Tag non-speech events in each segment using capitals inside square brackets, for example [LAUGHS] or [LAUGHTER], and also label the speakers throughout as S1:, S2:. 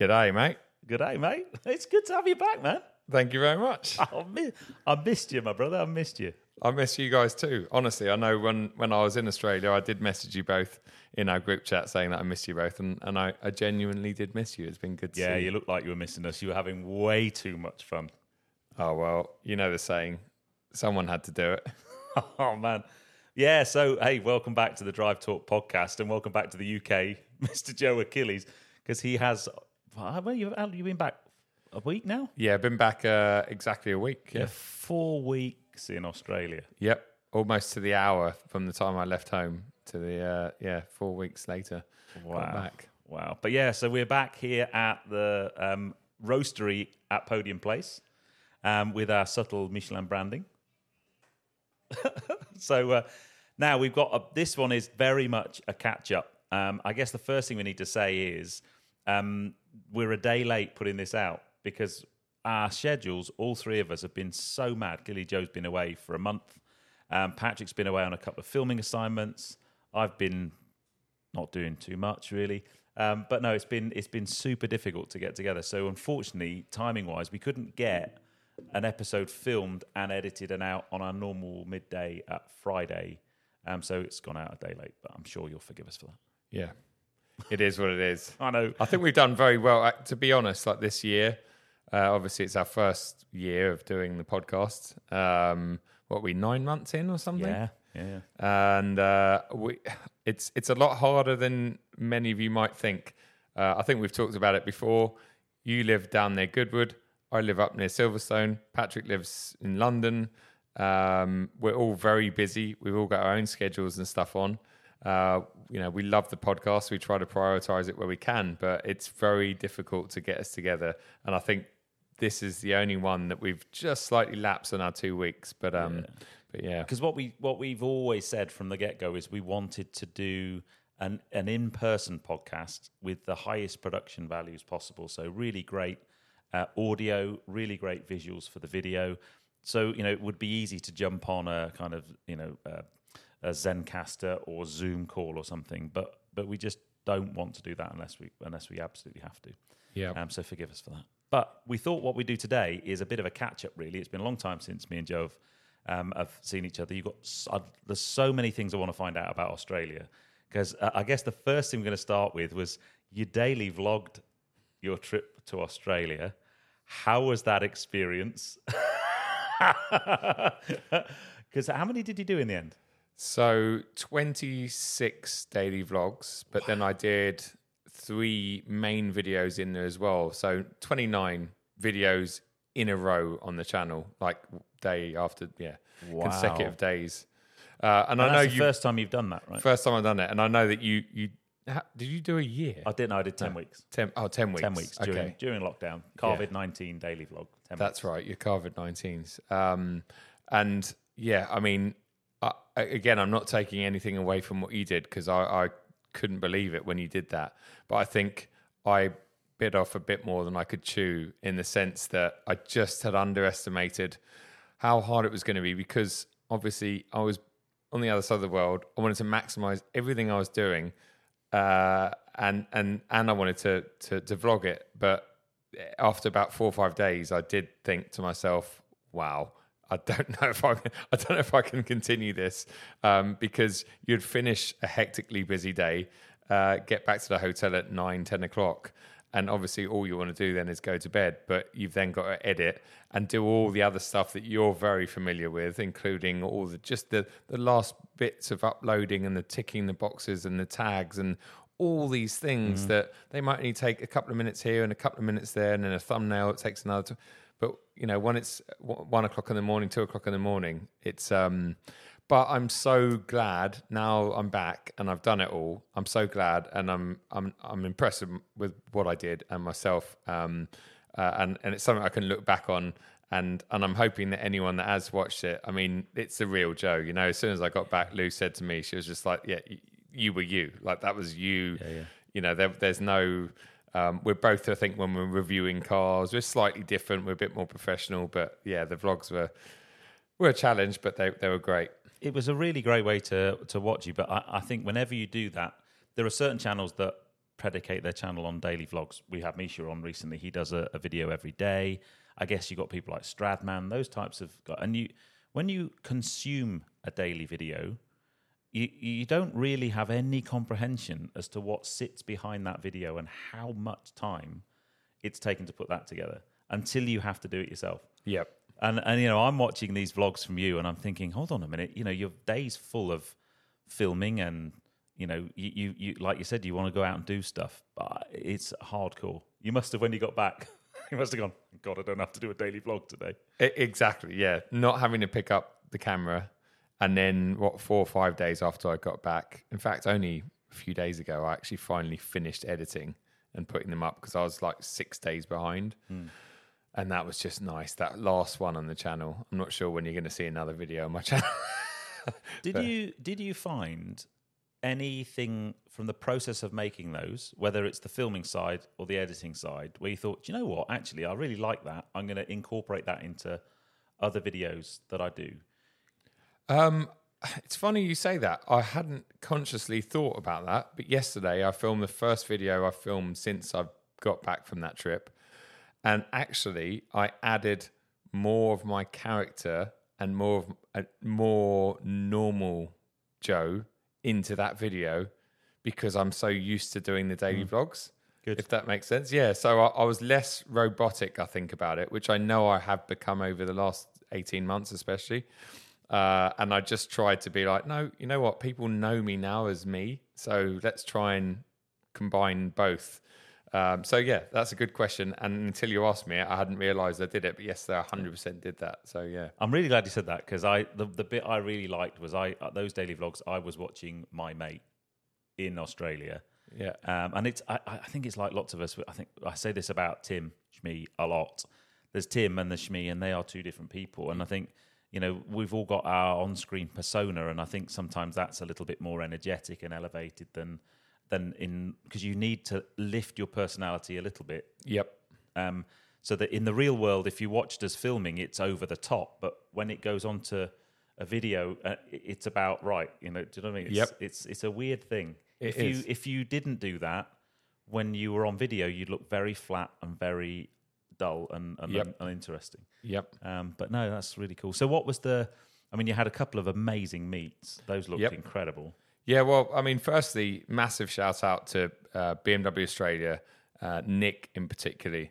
S1: G'day, mate.
S2: Good day, mate. [LAUGHS] It's good to have you back, man.
S1: Thank you very much.
S2: I, mi- I missed you, my brother. I missed you.
S1: I miss you guys too. Honestly, I know when, when I was in Australia, I did message you both in our group chat saying that I missed you both, and, and I, I genuinely did miss you. It's been good to
S2: Yeah,
S1: see
S2: you looked like you were missing us. You were having way too much fun.
S1: Oh, well, you know the saying someone had to do it.
S2: [LAUGHS] Oh man. Yeah, so hey, welcome back to the Drive Talk podcast and welcome back to the [LAUGHS] UK, Mr. Joe Achilles, because he has well, you how long you been back a week now?
S1: Yeah, been back uh, exactly a week. Yeah.
S2: Four weeks in Australia.
S1: Yep. Almost to the hour from the time I left home to the, uh, yeah, four weeks later. Got back.
S2: Wow. But yeah, so we're back here at the um, roastery at Podium Place um, with our subtle Michelin branding. [LAUGHS] so uh, now we've got a, this one is very much a catch up. Um, I guess the first thing we need to say is um, we're a day late putting this out because our schedules, all three of us, have been so mad. Gilly Joe's been away for a month. Um, Patrick's been away on a couple of filming assignments. I've been not doing too much really. Um, but no, it's been it's been super difficult to get together. So unfortunately, timing wise, we couldn't get an episode filmed and edited and out on our normal midday at Friday. Um, so it's gone out a day late, but I'm sure you'll forgive us for that.
S1: Yeah. It is what it is.
S2: I know.
S1: I think we've done very well. Uh, To be honest, like this year, uh, obviously it's our first year of doing the podcast. Um, what are we nine months in or something?
S2: Yeah, yeah.
S1: And uh, we, [SIGHS] it's it's a lot harder than many of you might think. Uh, I think we've talked about it before. You live down near Goodwood. I live up near Silverstone. Patrick lives in London. Um, we're all very busy. We've all got our own schedules and stuff on. Uh, you know, we love the podcast. We try to prioritize it where we can, but it's very difficult to get us together. And I think this is the only one that we've just slightly lapsed on our two weeks. But um, but yeah,
S2: Because what we what we've always said from the get go is we wanted to do an an in person podcast with the highest production values possible. So really great uh, audio, really great visuals for the video. So you know it would be easy to jump on a kind of you know uh, a ZenCaster or Zoom call or something, but but we just don't want to do that unless we unless we absolutely have to.
S1: yeah.
S2: Um, so forgive us for that. But we thought what we do today is a bit of a catch up. Really, it's been a long time since me and Joe have, um, have seen each other. You've got s- uh, there's so many things I want to find out about Australia because uh, I guess the first thing we're going to start with was you daily vlogged your trip to Australia. How was that experience? [LAUGHS] Because how many did you do in the end?
S1: So 26 daily vlogs, but then I did three main videos in there as well. So 29 videos in a row on the channel, like day after, yeah, consecutive days. Uh, and I
S2: That's
S1: know you
S2: the
S1: first,
S2: first time you've done that, right?
S1: time I've done it, and I know that you you ha- did you do a year?
S2: I didn't. I did ten weeks.
S1: Ten, oh, 10 weeks.
S2: Ten weeks during during lockdown. COVID nineteen daily vlog. 10
S1: That's right, your COVID 19s. Um, and yeah, I mean, I, I- again, I'm not taking anything away from what you did because I, I couldn't believe it when you did that. But I think I bit off a bit more than I could chew in the sense that I just had underestimated how hard it was going to be because obviously I was on the other side of the world. I wanted to maximize everything I was doing. Uh, and and and I wanted to, to to vlog it, but after about four or five days, I did think to myself, "Wow, I don't [LAUGHS] know if I, I don't know if I can continue this," um, because you'd finish a hectically busy day, uh, get back to the hotel at nine, ten o'clock, and obviously all you want to do then is go to bed. But you've then got to edit and do all the other stuff that you're very familiar with, including all the just the the last bits of uploading and the ticking the boxes and the tags and all these things that they might only take a couple of minutes here and a couple of minutes there, and then a thumbnail it takes another. T- but you know, when it's w- one o'clock in the morning, two o'clock in the morning, it's. um But I'm so glad now I'm back and I've done it all. I'm so glad, and I'm I'm I'm impressed with- with what I did and myself. Um, uh, and and it's something I can look back on. And and I'm hoping that anyone that has watched it, I mean, it's the real Joe. You know, as soon as I got back, Lou said to me, she was just like, "Yeah, y- you were you. Like that was you. You know, there, there's no. Um, we're both, I think, when we're reviewing cars, we're slightly different. We're a bit more professional, but yeah, the vlogs were were a challenge, but they they were great.
S2: it was a really great way to to watch you. But I, I think whenever you do that, there are certain channels that predicate their channel on daily vlogs. We had Misha on recently. He does a, a video every day. I guess you got people like Stradman, those types of guy. And you, when you consume a daily video, you, you don't really have any comprehension as to what sits behind that video and how much time it's taken to put that together until you have to do it yourself.
S1: Yep.
S2: And and you know, I'm watching these vlogs from you, and I'm thinking, hold on a minute, you know, your day's full of filming, and you know, you you, you like you said, you want to go out and do stuff, but it's hardcore. You must have when you got back, [LAUGHS] you must have gone, God, I don't have to do a daily vlog today.
S1: E- exactly. Yeah. Not having to pick up the camera. And then, what, four or five days after I got back, in fact, only a few days ago, I actually finally finished editing and putting them up because I was like six days behind. And that was just nice. That last one on the channel. I'm not sure when you're going to see another video on my [LAUGHS] channel.
S2: Did you did you find anything from the process of making those, whether it's the filming side or the editing side, where you thought, do you know what, actually, I really like that. I'm going to incorporate that into other videos that I do.
S1: Um, it's funny you say that. I hadn't consciously thought about that, but yesterday I filmed the first video I filmed since I've got back from that trip. And actually, I added more of my character and more of a more normal Joe into that video because I'm so used to doing the daily vlogs.
S2: Good.
S1: If that makes sense. Yeah. So I, I was less robotic, I think, about it, which I know I have become over the last 18 months, especially. Uh, and I just tried to be like, no, you know what? People know me now as me. So let's try and combine both. Um, so yeah, that's a good question. And until you asked me, it, I hadn't realised I did it. But yes, I 100% did that. So yeah,
S2: I'm really glad you said that because I the, the bit I really liked was I uh, those daily vlogs I was watching my mate in Australia,
S1: yeah,
S2: um, and it's I, I think it's like lots of us. I think I say this about Tim Shmi a lot. There's Tim and the Shmi, and they are two different people. And I think you know we've all got our on-screen persona, and I think sometimes that's a little bit more energetic and elevated than than in because you need to lift your personality a little bit
S1: yep,
S2: um, so that in the real world, if you watched us filming, it's over the top. But when it goes on to a video, uh, it- it's about right. You know, do you know what I mean? It's,
S1: Yep.
S2: it's it's a weird thing.
S1: It
S2: if you
S1: is.
S2: if you didn't do that when you were on video, you'd look very flat and very dull and, and
S1: Yep.
S2: un- uninteresting.
S1: yep.
S2: Um, but no, that's really cool. So what was the? I mean, you had a couple of amazing meets. Those looked
S1: Yep.
S2: incredible.
S1: Yeah, well, I mean, firstly, massive shout out to uh, BMW Australia, uh, Nick in particularly,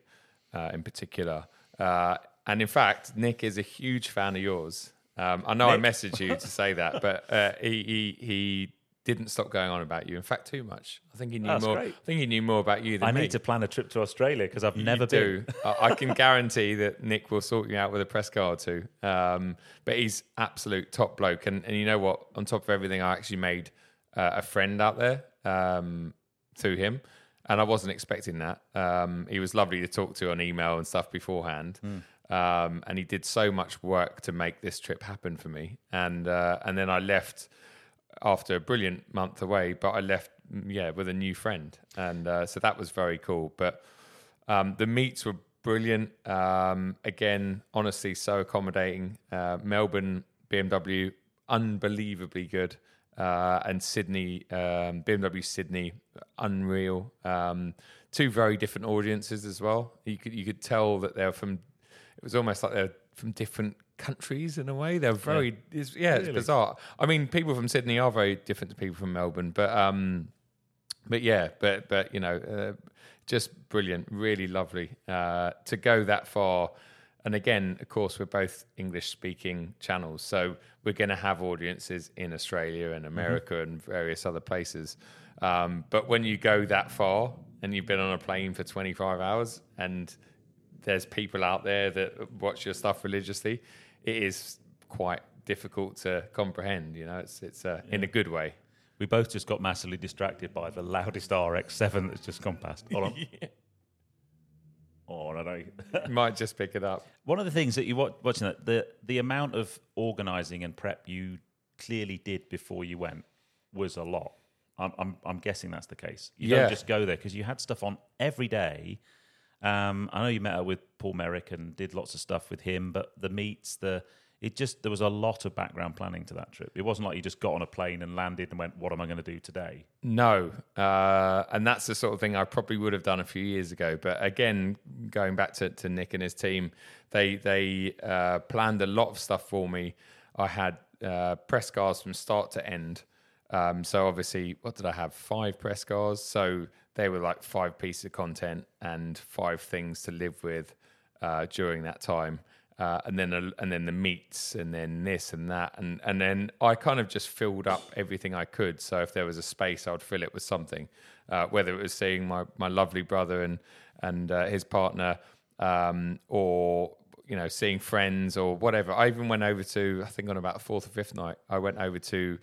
S1: uh, in particular, uh, and in fact, Nick is a huge fan of yours. Um, I know I messaged you to say that, but uh, he, he he didn't stop going on about you. In fact, too much. I think he knew
S2: That's
S1: more.
S2: great.
S1: I think he knew more about you than
S2: I
S1: me.
S2: need to plan a trip to Australia because I've never
S1: do.
S2: been.
S1: I I can guarantee that Nick will sort you out with a press card or two. Um, but he's absolute top bloke, and and you know what? On top of everything, I actually made uh, a friend out there um, through him, and I wasn't expecting that. Um, he was lovely to talk to on email and stuff beforehand.
S2: Hmm.
S1: Um, and he did so much work to make this trip happen for me, and uh, and then I left after a brilliant month away, but I left mm, yeah with a new friend, and uh, so that was very cool. But um, the meets were brilliant. Um, again, honestly, so accommodating. Uh, Melbourne BMW, unbelievably good. Uh, and Sydney, um, BMW Sydney, unreal. Um, two very different audiences as well. You could you could tell that they're from. It was almost like they're from different countries in a way. They're very it's, yeah, it's bizarre. I mean, people from Sydney are very different to people from Melbourne, but um, but yeah, but but you know, uh, just brilliant, really lovely uh, to go that far. And again, of course, we're both English-speaking channels, so we're going to have audiences in Australia and America and various other places. Um, but when you go that far and you've been on a plane for 25 hours and there's people out there that watch your stuff religiously, it is quite difficult to comprehend. You know, it's it's uh, in a good way.
S2: We both just got massively distracted by the loudest RX7 that's just gone past. Hold on. Oh, no, no.
S1: You might just pick it up.
S2: One of the things that you wa- watching that the the amount of organising and prep you clearly did before you went was a lot. I'm I'm, I'm guessing that's the case. You
S1: Yeah.
S2: don't just go there because you had stuff on every day. Um, I know you met up with Paul Merrick and did lots of stuff with him, but the meets, the it just there was a lot of background planning to that trip. It wasn't like you just got on a plane and landed and went, "What am I going to do today?"
S1: No, uh, and that's the sort of thing I probably would have done a few years ago. But again, going back to, to Nick and his team, they they uh, planned a lot of stuff for me. I had uh, press cars from start to end. Um, so obviously, what did I have? Five press cars. So they were like five pieces of content and five things to live with uh, during that time. Uh, and then a, and then the meats and then this and that and and then I kind of just filled up everything I could. So if there was a space, I'd fill it with something, uh, whether it was seeing my my lovely brother and and uh, his partner, um, or you know seeing friends or whatever. I even went over to I think on about the fourth or fifth night, I went over to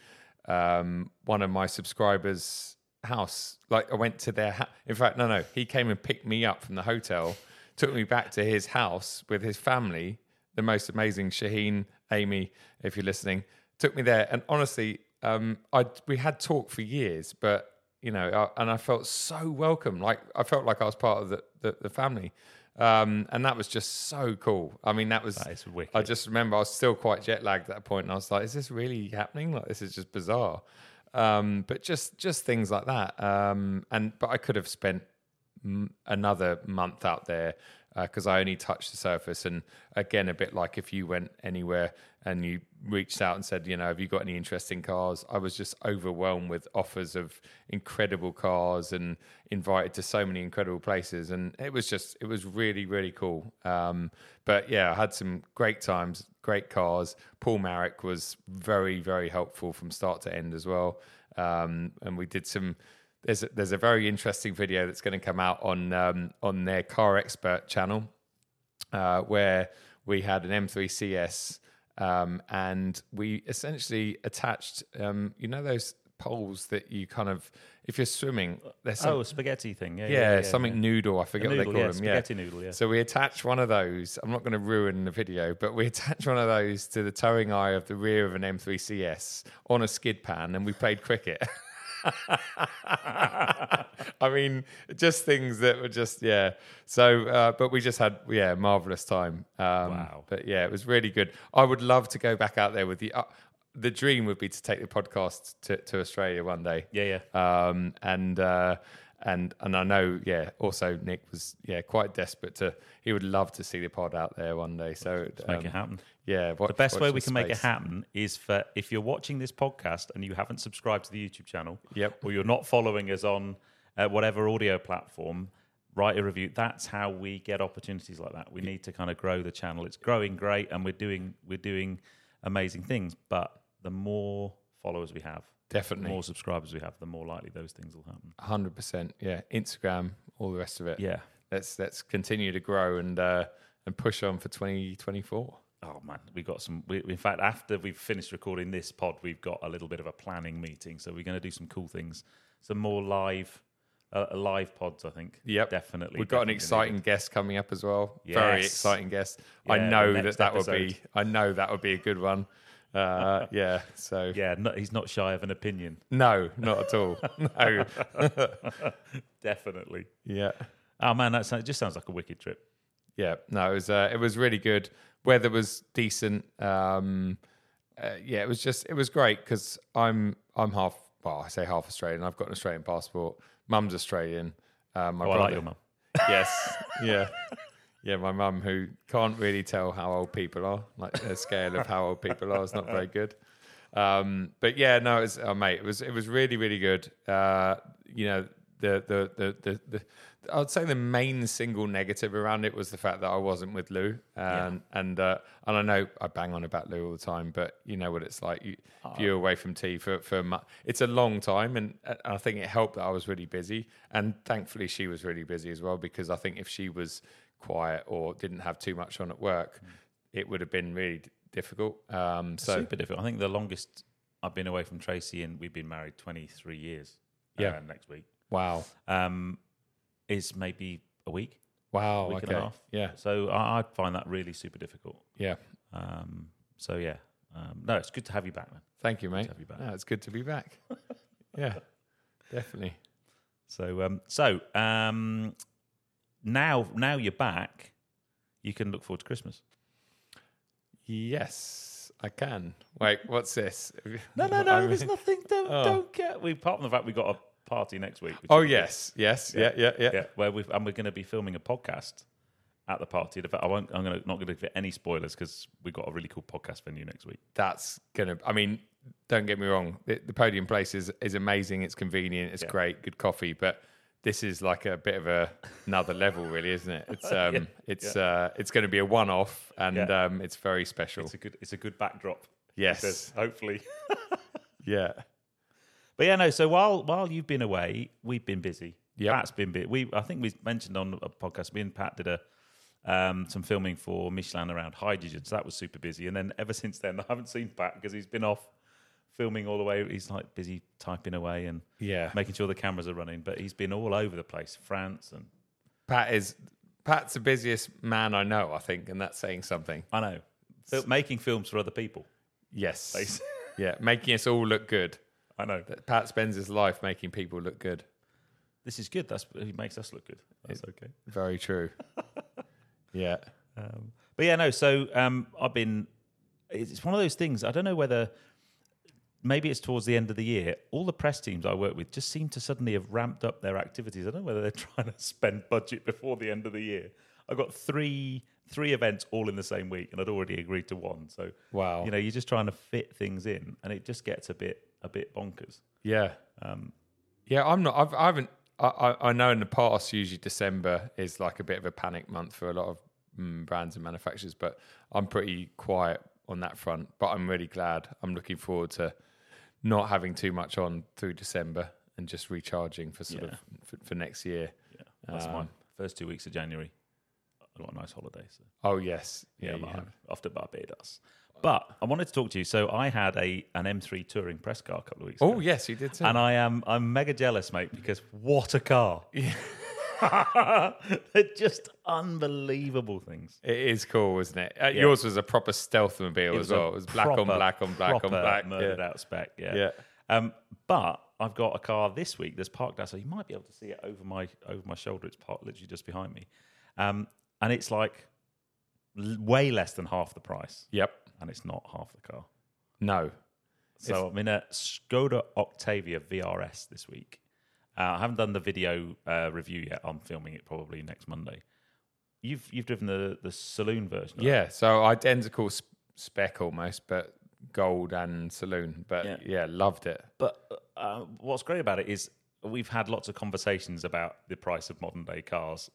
S1: um, one of my subscribers' house. Like I went to their. Ha- In fact, no, no, he came and picked me up from the hotel took me back to his house with his family, the most amazing Shaheen, Amy, if you're listening, took me there. And honestly, um, I we had talked for years, but you know, I, and I felt so welcome. Like I felt like I was part of the the, the family, um, and that was just so cool. I mean, that was
S2: That is Ah, wicked.
S1: I just remember I was still quite jet lagged at that point, and I was like, "Is this really happening? Like this is just bizarre." Um, but just just things like that. Um, and but I could have spent m- another month out there because I only touched the surface. And again, a bit like if you went anywhere and you reached out and said, you know, have you got any interesting cars? I was just overwhelmed with offers of incredible cars and invited to so many incredible places. And it was just, it was really, really cool. Um, but yeah, I had some great times, great cars. Paul Marrick was very, very helpful from start to end as well. Um, and we did some there's a, there's a very interesting video that's going to come out on um, on their car expert channel uh, where we had an M3CS um, and we essentially attached um, you know those poles that you kind of if you're swimming there's some,
S2: oh, a spaghetti thing. Yeah,
S1: yeah,
S2: yeah, yeah,
S1: something
S2: yeah.
S1: noodle I forget
S2: Noodle,
S1: what they
S2: yeah,
S1: call them yeah
S2: spaghetti noodle. Yeah.
S1: so we attach one of those. I'm not going to ruin the video, but we [LAUGHS] attach one of those to the towing eye of the rear of an M3CS on a skid pan, and we played cricket. [LAUGHS] I mean, just things that were just yeah. So, uh, but we just had yeah, marvelous time. Um,
S2: Wow.
S1: But yeah, it was really good. I would love to go back out there with the. Uh, the dream would be to take the podcast to, to Australia one day
S2: yeah, yeah.
S1: um, and uh, and and I know, yeah. Also, Nick was yeah quite desperate to. He would love to see the pod out there one day. So
S2: Make
S1: um,
S2: it happen.
S1: yeah, watch,
S2: The best way
S1: watch
S2: we
S1: this
S2: can make it
S1: space.
S2: happen is for if you're watching this podcast and you haven't subscribed to the YouTube channel,
S1: Yep.
S2: or you're not following us on uh, whatever audio platform, write a review. That's how we get opportunities like that. We need to kind of grow the channel. It's growing great, and we're doing we're doing amazing things. But the more followers we have, the
S1: Definitely,
S2: more subscribers we have, the more likely those things will happen.
S1: hundred percent. Yeah, Instagram, all the rest of it.
S2: Yeah.
S1: Let's let's continue to grow and uh, and push on for twenty twenty four.
S2: Oh man, we got some. We, in fact, after we've finished recording this pod, we've got a little bit of a planning meeting. So we're going to do some cool things, some more live, uh, live pods. I think.
S1: Yep.
S2: definitely.
S1: We've got an
S2: definitely.
S1: exciting guest coming up as well. Very
S2: Yes.
S1: exciting guest.
S2: Yeah,
S1: I
S2: the
S1: know that
S2: next
S1: that would be.
S2: episode.
S1: I know that would be a good one.
S2: [LAUGHS]
S1: Uh, yeah. So
S2: Yeah, no, he's not shy of an opinion.
S1: no, not at all. [LAUGHS] no.
S2: Definitely.
S1: Yeah.
S2: Oh man, that sounds, it just sounds like a wicked trip.
S1: yeah no it was uh, it was really good weather was decent um uh, yeah it was just it was great because i'm i'm half well i say half australian i've got an australian passport mum's australian uh, my
S2: Oh, I
S1: brother
S2: like your mum.
S1: yes yeah yeah my mum who can't really tell how old people are like her scale of how old people are is not very good um but yeah no it's oh, mate it was it was really really good uh you know the the the the, the I'd say the main single negative around it was the fact that I wasn't with Lou, and and uh, and I know I bang on about Lou all the time, but you know what it's like. You, if you're away from tea for for a mu- it's a long time, and, and I think it helped that I was really busy, and thankfully she was really busy as well because I think if she was quiet or didn't have too much on at work, it would have been really d- difficult. Um, so
S2: Super difficult. I think the longest I've been away from Tracy, and we've been married twenty three years.
S1: Yeah.
S2: uh, next week
S1: wow,
S2: um, is maybe a week,
S1: wow,
S2: week and
S1: okay.
S2: a half.
S1: yeah,
S2: So I, I find that really super difficult.
S1: yeah.
S2: Um, so yeah, um, no, it's good to have you back, man.
S1: Thank you, mate.
S2: have you back.
S1: No, it's good to be
S2: [LAUGHS]
S1: back. yeah, definitely.
S2: So um, so um, now now you're back, you can look forward to Christmas.
S1: Yes. I can. Wait, what's this?
S2: [LAUGHS]
S1: [LAUGHS]
S2: No, no, no.
S1: I
S2: there's [LAUGHS]
S1: mean-
S2: nothing. Don't,
S1: Oh.
S2: don't get. We apart from the fact we got a party next week. which
S1: Oh
S2: is-
S1: yes, yes, yeah, yeah, yeah.
S2: yeah. Where we and we're going to be filming a podcast at the party. In fact, I won't. I'm gonna, not going to give any spoilers because we've got a really cool podcast venue next week.
S1: That's gonna. I mean, don't get me wrong. The, the podium place is is amazing. It's convenient. It's great. Good coffee, but. This is like a bit of a, another level, really, isn't it?
S2: [LAUGHS]
S1: It's um, it's uh, it's going to be a one-off, and
S2: Yeah.
S1: um, it's very special.
S2: It's a good. It's a good backdrop.
S1: yes,
S2: Because hopefully.
S1: yeah,
S2: But yeah, no. So while while you've been away, we've been busy.
S1: Yep.
S2: Pat's been busy. We I think we mentioned on a podcast. Me and Pat did a um, some filming for Michelin around hydrogen, so that was super busy. And then ever since then, [LAUGHS] I haven't seen Pat because he's been off filming all the way. He's like busy typing away and
S1: yeah.
S2: making sure the cameras are running. But he's been all over the place, France and
S1: Pat is Pat's the busiest man I know, I think, and that's saying something.
S2: I know Fil- making films for other people.
S1: Yes, [LAUGHS]
S2: Basi-
S1: yeah, making us all look good.
S2: I know
S1: Pat spends his life making people look good.
S2: this is good. That's it makes us look good. That's okay.
S1: Very true. [LAUGHS] yeah,
S2: Um, but yeah, no. So um, I've been. It's it's one of those things. I don't know whether maybe it's towards the end of the year. All the press teams I work with just seem to suddenly have ramped up their activities. I don't know whether they're [LAUGHS] trying to spend budget before the end of the year. I got three three events all in the same week, and I'd already agreed to one. So
S1: Wow.
S2: you know, you're just trying to fit things in, and it just gets a bit a bit bonkers.
S1: yeah,
S2: Um,
S1: yeah. I'm not. I've, I haven't. I, I, I know in the past, usually December is like a bit of a panic month for a lot of mm, brands and manufacturers, but I'm pretty quiet on that front. But I'm really glad. I'm looking forward to not having too much on through December and just recharging for sort
S2: Yeah.
S1: of for, for next year.
S2: yeah, that's
S1: Um,
S2: my first two weeks of January. I got a nice holiday. So.
S1: Oh yes,
S2: yeah,
S1: yeah, you
S2: but
S1: have.
S2: after Barbados. But I wanted to talk to you. So I had a an M3 touring press car a couple of weeks
S1: Oh
S2: ago,
S1: yes, you did. Too.
S2: and I am I'm mega jealous, mate, because what
S1: [LAUGHS]
S2: a car! [LAUGHS] They're just unbelievable things.
S1: It is cool, isn't it? Uh, Yours was a proper stealth mobile as
S2: was a
S1: well. It was black on
S2: proper-
S1: black on black on
S2: proper
S1: black.
S2: murdered
S1: Yeah.
S2: out spec. Yeah.
S1: Yeah.
S2: Um, but I've got a car this week that's parked out, so you might be able to see it over my over my shoulder. It's parked literally just behind me, um, and it's like l- way less than half the price,
S1: Yep.
S2: and it's not half the car.
S1: No.
S2: So I'm in a Skoda Octavia VRS this week. Uh, I haven't done the video uh, review yet. I'm filming it probably next Monday. You've you've driven the the saloon version. of it.
S1: Yeah. So identical sp- spec almost, but gold and saloon. But yeah,
S2: Yeah.
S1: loved it.
S2: But uh, what's great about it is we've had lots of conversations about the price of modern day cars,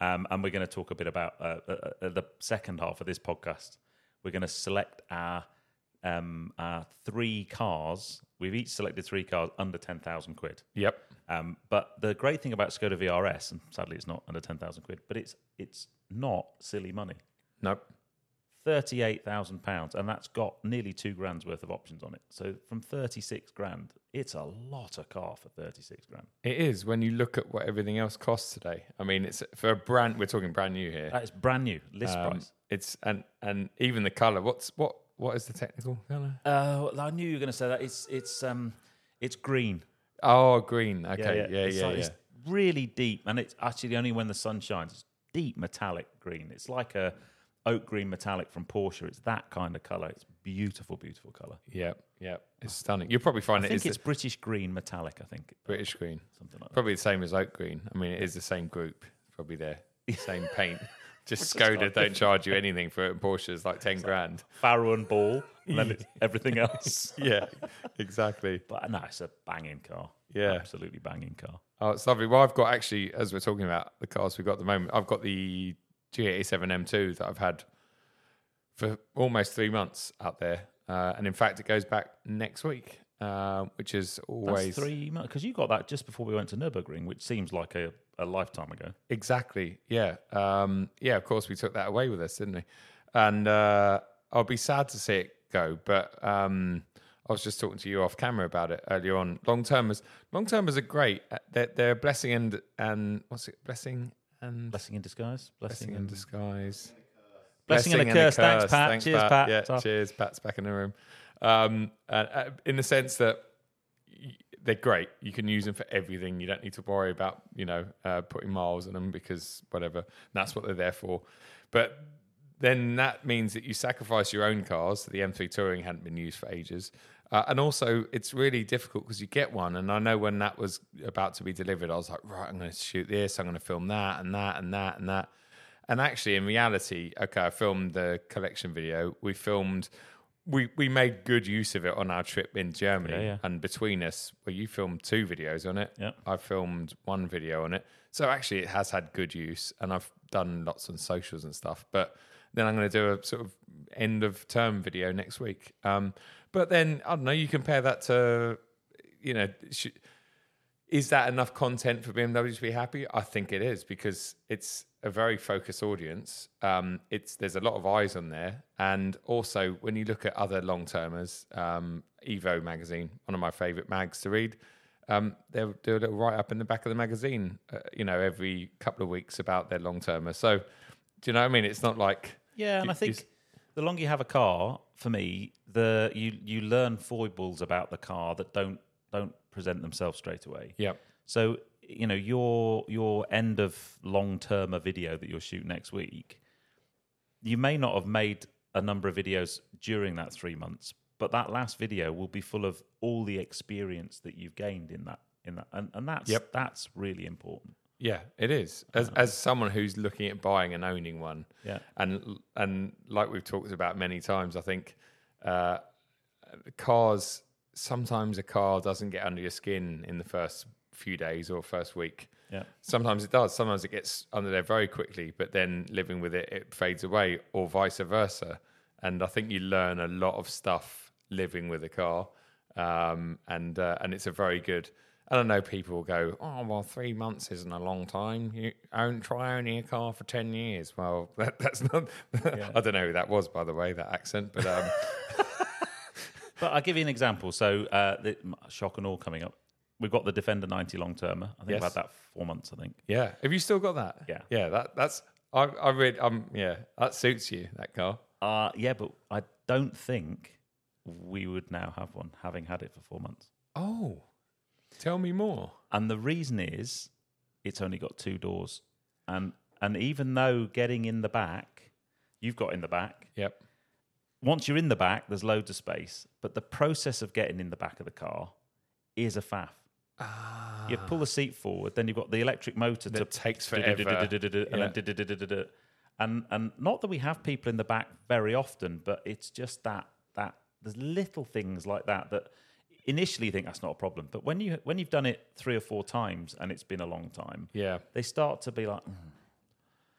S2: um, and we're going to talk a bit about uh, uh, uh, the second half of this podcast. We're going to select our um, our three cars. We've each selected three cars under ten thousand quid.
S1: Yep.
S2: Um, but the great thing about Skoda VRS, and sadly it's not under ten thousand quid, but it's it's not silly money.
S1: Nope.
S2: Thirty eight thousand pounds, and that's got nearly two grand's worth of options on it. So from thirty six grand, it's a lot of car for thirty six grand.
S1: It is when you look at what everything else costs today. I mean, it's for a brand. We're talking brand new here.
S2: That is brand new list
S1: Um,
S2: price.
S1: It's and and even the color. What's what? What is the technical color?
S2: Uh, well, I knew you were going to say that. It's it's um it's green.
S1: Oh, green. Okay. Yeah. Yeah.
S2: It's
S1: Yeah.
S2: like- It's really deep, and it's actually only when the sun shines. It's deep metallic green. It's like a oak green metallic from Porsche. It's that kind of color. It's beautiful, beautiful color.
S1: Yep, yep. It's stunning. You'll probably find
S2: I
S1: it
S2: think
S1: is
S2: it's
S1: the
S2: British green metallic. I think
S1: British green.
S2: something like that.
S1: Probably the same as oak green. I mean, it is the same group. Probably [LAUGHS] their same paint. Just Skoda [LAUGHS] don't charge you anything for it. and Porsche is like ten grand.
S2: Farrow and Ball, and [LAUGHS] then it's everything else.
S1: Yeah, exactly.
S2: But no, it's a banging car.
S1: Yeah.
S2: absolutely banging car.
S1: Oh, it's lovely. Well, I've got actually, as we're talking about the cars we've got at the moment, I've got the G87 M2 that I've had for almost three months out there, uh, and in fact, it goes back next week, uh, which is
S2: That's
S1: always
S2: three months because you got that just before we went to Nurburgring, which seems like a, a lifetime ago.
S1: Exactly. Yeah. Um, yeah. Of course, we took that away with us, didn't we? And uh, I'll be sad to see it go. But um, I was just talking to you off camera about it earlier on. Long termers, long termers are great. Uh, They're, they're a blessing and and what's it? Blessing and
S2: Blessing in disguise. Blessing,
S1: blessing in disguise.
S2: Blessing and a curse. Thanks, Pat. Cheers, Pat.
S1: Yeah,
S2: Tough.
S1: cheers. Pat's back in the room. Um, and, uh, in the sense that y- they're great. You can use them for everything. You don't need to worry about you know uh, putting miles on them because whatever. That's what they're there for. But then that means that you sacrifice your own cars. The M3 Touring hadn't been used for ages. Uh, and also, it's really difficult because you get one. And I know when that was about to be delivered, I was like, right, I'm going to shoot this, I'm going to film that, and that, and that, and that. And actually, in reality, okay, I filmed the collection video. We filmed, we, we made good use of it on our trip in Germany.
S2: Yeah, yeah.
S1: And between us, well, you filmed two videos on it.
S2: Yep.
S1: I filmed one video on it. So actually, it has had good use, and I've done lots on socials and stuff. But then I'm going to do a sort of end of term video next week. Um, but then I don't know. You compare that to, you know, sh- is that enough content for BMW to be happy? I think it is because it's a very focused audience. Um, it's there's a lot of eyes on there, and also when you look at other long termers, um, Evo magazine, one of my favorite mags to read. Um, they'll do a little write up in the back of the magazine, uh, you know, every couple of weeks about their long termer. So, do you know what I mean? It's not like
S2: Yeah, and
S1: You-
S2: I think
S1: you-
S2: the longer you have a car, for me, the you you learn foibles about the car that don't don't present themselves straight away.
S1: yeah,
S2: So you know your your end of long term a video that you'll shoot next week, you may not have made a number of videos during that three months, but that last video will be full of all the experience that you've gained in that in that, and, and that's
S1: Yep.
S2: that's really important.
S1: yeah, it is. As as someone who's looking at buying and owning one,
S2: Yeah,
S1: and and like we've talked about many times, I think uh, cars sometimes a car doesn't get under your skin in the first few days or first week. [LAUGHS]
S2: yeah,
S1: Sometimes it does. Sometimes it gets under there very quickly, but then living with it, it fades away, or vice versa. And I think you learn a lot of stuff living with a car, um, and uh, and it's a very good. And I know people will go, oh well, three months isn't a long time. You own try owning a car for ten years. Well, [LAUGHS] that, that's not. I don't know who that was, by the way, that accent, but um,
S2: But I'll give you an example. So, uh, the, m- shock and awe coming up. We've got the Defender 90 long termer. I think
S1: Yes.
S2: I've had that four months, I think.
S1: yeah. Have you still got that?
S2: Yeah.
S1: yeah. That that's I I read um yeah that suits you that car.
S2: Uh, yeah, but I don't think we would now have one, having had it for four months.
S1: Oh, tell me more.
S2: And the reason is it's only got two doors. And, and even though getting in the back, you've got in the back,
S1: Yep.
S2: once you're in the back, there's loads of space. But the process of getting in the back of the car is a faff. You pull the seat forward, then you've got the electric motor to
S1: It Ah. takes
S2: [LAUGHS]
S1: forever.
S2: and then [LAUGHS] and and not that we have people in the back very often, but it's just that that there's little things like that that initially you think that's not a problem, but when you when you've done it three or four times and it's been a long time,
S1: Yeah.
S2: they start to be like, "Mm."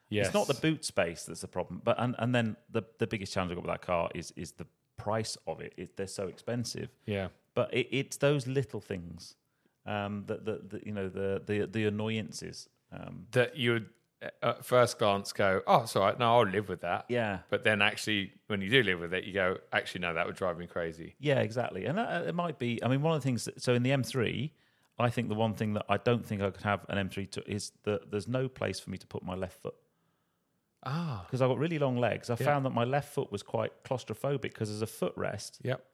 S1: Yes.
S2: it's not the boot space that's the problem, but and and then the the biggest challenge I've got with that car is is the price of it. it they're so expensive
S1: Yeah.
S2: but it, it's those little things um, that, that, that you know the the, the annoyances. Um,
S1: That you would uh, at first glance go, oh, it's all right. No, I'll live with that.
S2: yeah,
S1: But then actually, when you do live with it, you go, actually, no, that would drive me crazy.
S2: yeah, exactly. And uh, it might be. I mean, one of the things. That, so in the M3, I think the one thing that I don't think I could have an M3 to is that there's no place for me to put my left foot
S1: Ah.
S2: because I've got really long legs. I found that my left foot was quite claustrophobic because there's a footrest
S1: Yep.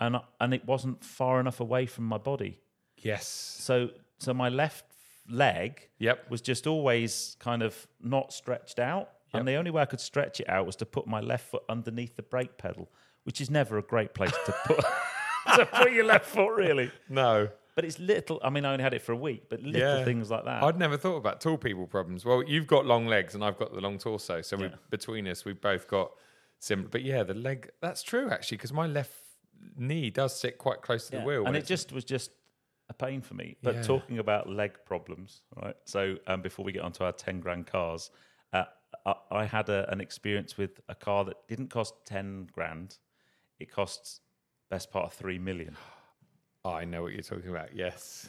S2: and and it wasn't far enough away from my body.
S1: Yes.
S2: So so my left leg
S1: Yep.
S2: was just always kind of not stretched out. And the only way I could stretch it out was to put my left foot underneath the brake pedal, which is never a great place to put [LAUGHS] to put your left foot really.
S1: No.
S2: But it's little I mean I only had it for a week, but little
S1: Yeah.
S2: things like that.
S1: I'd never thought about tall people problems. Well, you've got long legs and I've got the long torso. So we, between us, we've both got similar. But yeah, the leg, that's true actually, because my left knee does sit quite close to
S2: Yeah.
S1: the wheel. when
S2: and it
S1: it's-
S2: just was just a pain for me. But
S1: Yeah.
S2: talking about leg problems, right? So um, before we get onto our ten grand cars, uh, I, I had a, an experience with a car that didn't cost ten grand; it costs best part of three million.
S1: "Oh, I know what you're talking about. Yes.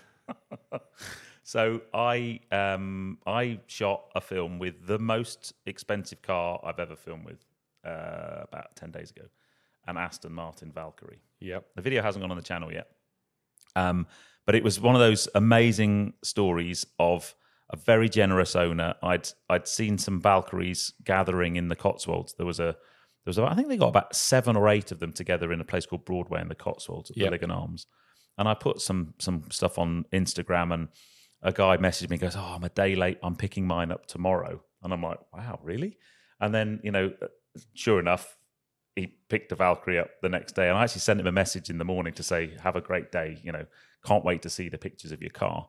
S2: So I um, I shot a film with the most expensive car I've ever filmed with uh, about ten days ago, an Aston Martin Valkyrie.
S1: Yep.
S2: The video hasn't gone on the channel yet. Um, but it was one of those amazing stories of a very generous owner. I'd I'd seen some Valkyries gathering in the Cotswolds. There was a there was about, I think they got about seven or eight of them together in a place called Broadway in the Cotswolds at
S1: Yeah.
S2: the Ligon Arms. And I put some some stuff on Instagram and a guy messaged me, goes, Oh, I'm a day late. I'm picking mine up tomorrow. And I'm like, Wow, really? And then, you know, sure enough, he picked the Valkyrie up the next day. And I actually sent him a message in the morning to say, have a great day. You know, can't wait to see the pictures of your car.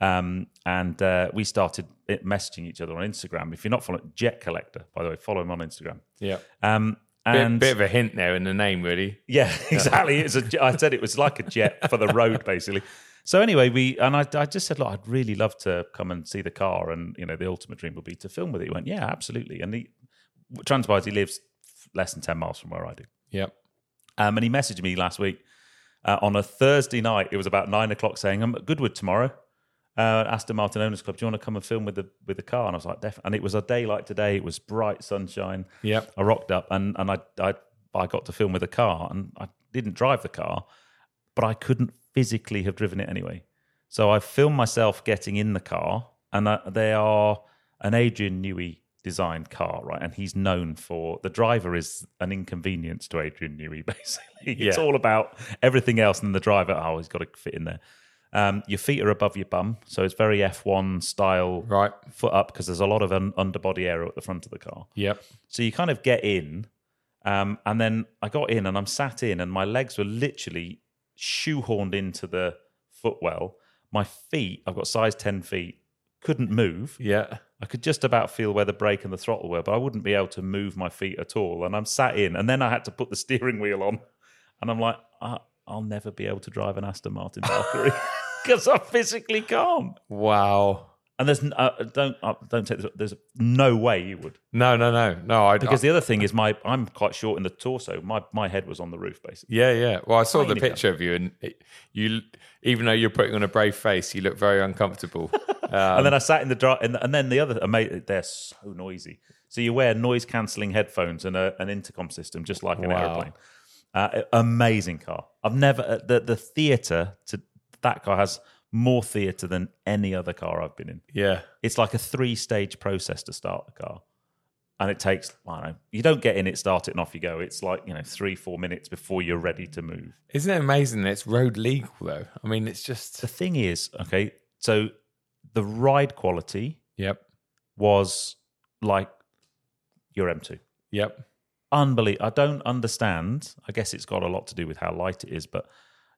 S2: Um, and uh, we started it- messaging each other on Instagram. If you're not following Jet Collector, by the way, follow him on Instagram.
S1: Yeah.
S2: Um,
S1: Bit,
S2: and
S1: bit of a hint there in the name, really.
S2: [LAUGHS] yeah, exactly. It's a, I said it was like a jet for the road, basically. So anyway, we and I, I just said, look, I'd really love to come and see the car, and you know, the ultimate dream would be to film with it. He went, yeah, absolutely. And he transpires, he lives less than ten miles from where I do.
S1: Yep.
S2: Um, and he messaged me last week uh, on a Thursday night. It was about nine o'clock, saying I'm at Goodwood tomorrow. Uh, Aston Martin Owners Club. Do you want to come and film with the with the car? And I was like, definitely. And it was a day like today. It was bright sunshine.
S1: Yep.
S2: I rocked up and and I I I got to film with a car and I didn't drive the car, but I couldn't physically have driven it anyway. So I filmed myself getting in the car, and uh, they are an Adrian Newey designed car, right? And he's known for the driver is an inconvenience to Adrian Newey. [LAUGHS] Basically, it's
S1: Yeah.
S2: all about everything else than the driver. Oh, he's got to fit in there. Um, your feet are above your bum, so it's very F1 style
S1: Right.
S2: foot up because there's a lot of un- underbody area at the front of the car.
S1: Yep.
S2: So you kind of get in, um, and then I got in and I'm sat in, and my legs were literally shoehorned into the footwell. My feet, I've got size 10 feet, couldn't move.
S1: Yeah.
S2: I could just about feel where the brake and the throttle were, but I wouldn't be able to move my feet at all. And I'm sat in, and then I had to put the steering wheel on, and I'm like, I- I'll never be able to drive an Aston Martin [LAUGHS] Valkyrie because I physically can't.
S1: Wow.
S2: And there's n- uh, don't uh, don't take this. There's no way you would.
S1: No, no, no, no. I
S2: Because the other thing is, my I'm quite short in the torso. My my head was on the roof, basically.
S1: Yeah, yeah. Well, I saw the
S2: Tiny bit.
S1: picture of you, and it, you, even though you're putting on a brave face, you look very
S2: [LAUGHS]
S1: uncomfortable.
S2: and then I sat in the dark, and, and then the other, ama- they're so noisy. So you wear noise cancelling headphones and a, an intercom system, just like an
S1: Wow.
S2: aeroplane. Uh, amazing car. I've never uh, the the theatre to that car has more theatre than any other car I've been in.
S1: yeah,
S2: It's like a three stage process to start the car. And it takes, I don't know, you don't get in it, start it, and off you go. It's like, you know, three, four minutes before you're ready to move.
S1: isn't it amazing that it's road legal though? I mean, it's just
S2: The thing is, okay, so the ride quality
S1: yep,
S2: was like your M2.
S1: yep,
S2: Unbelievable. I don't understand. I guess it's got a lot to do with how light it is, but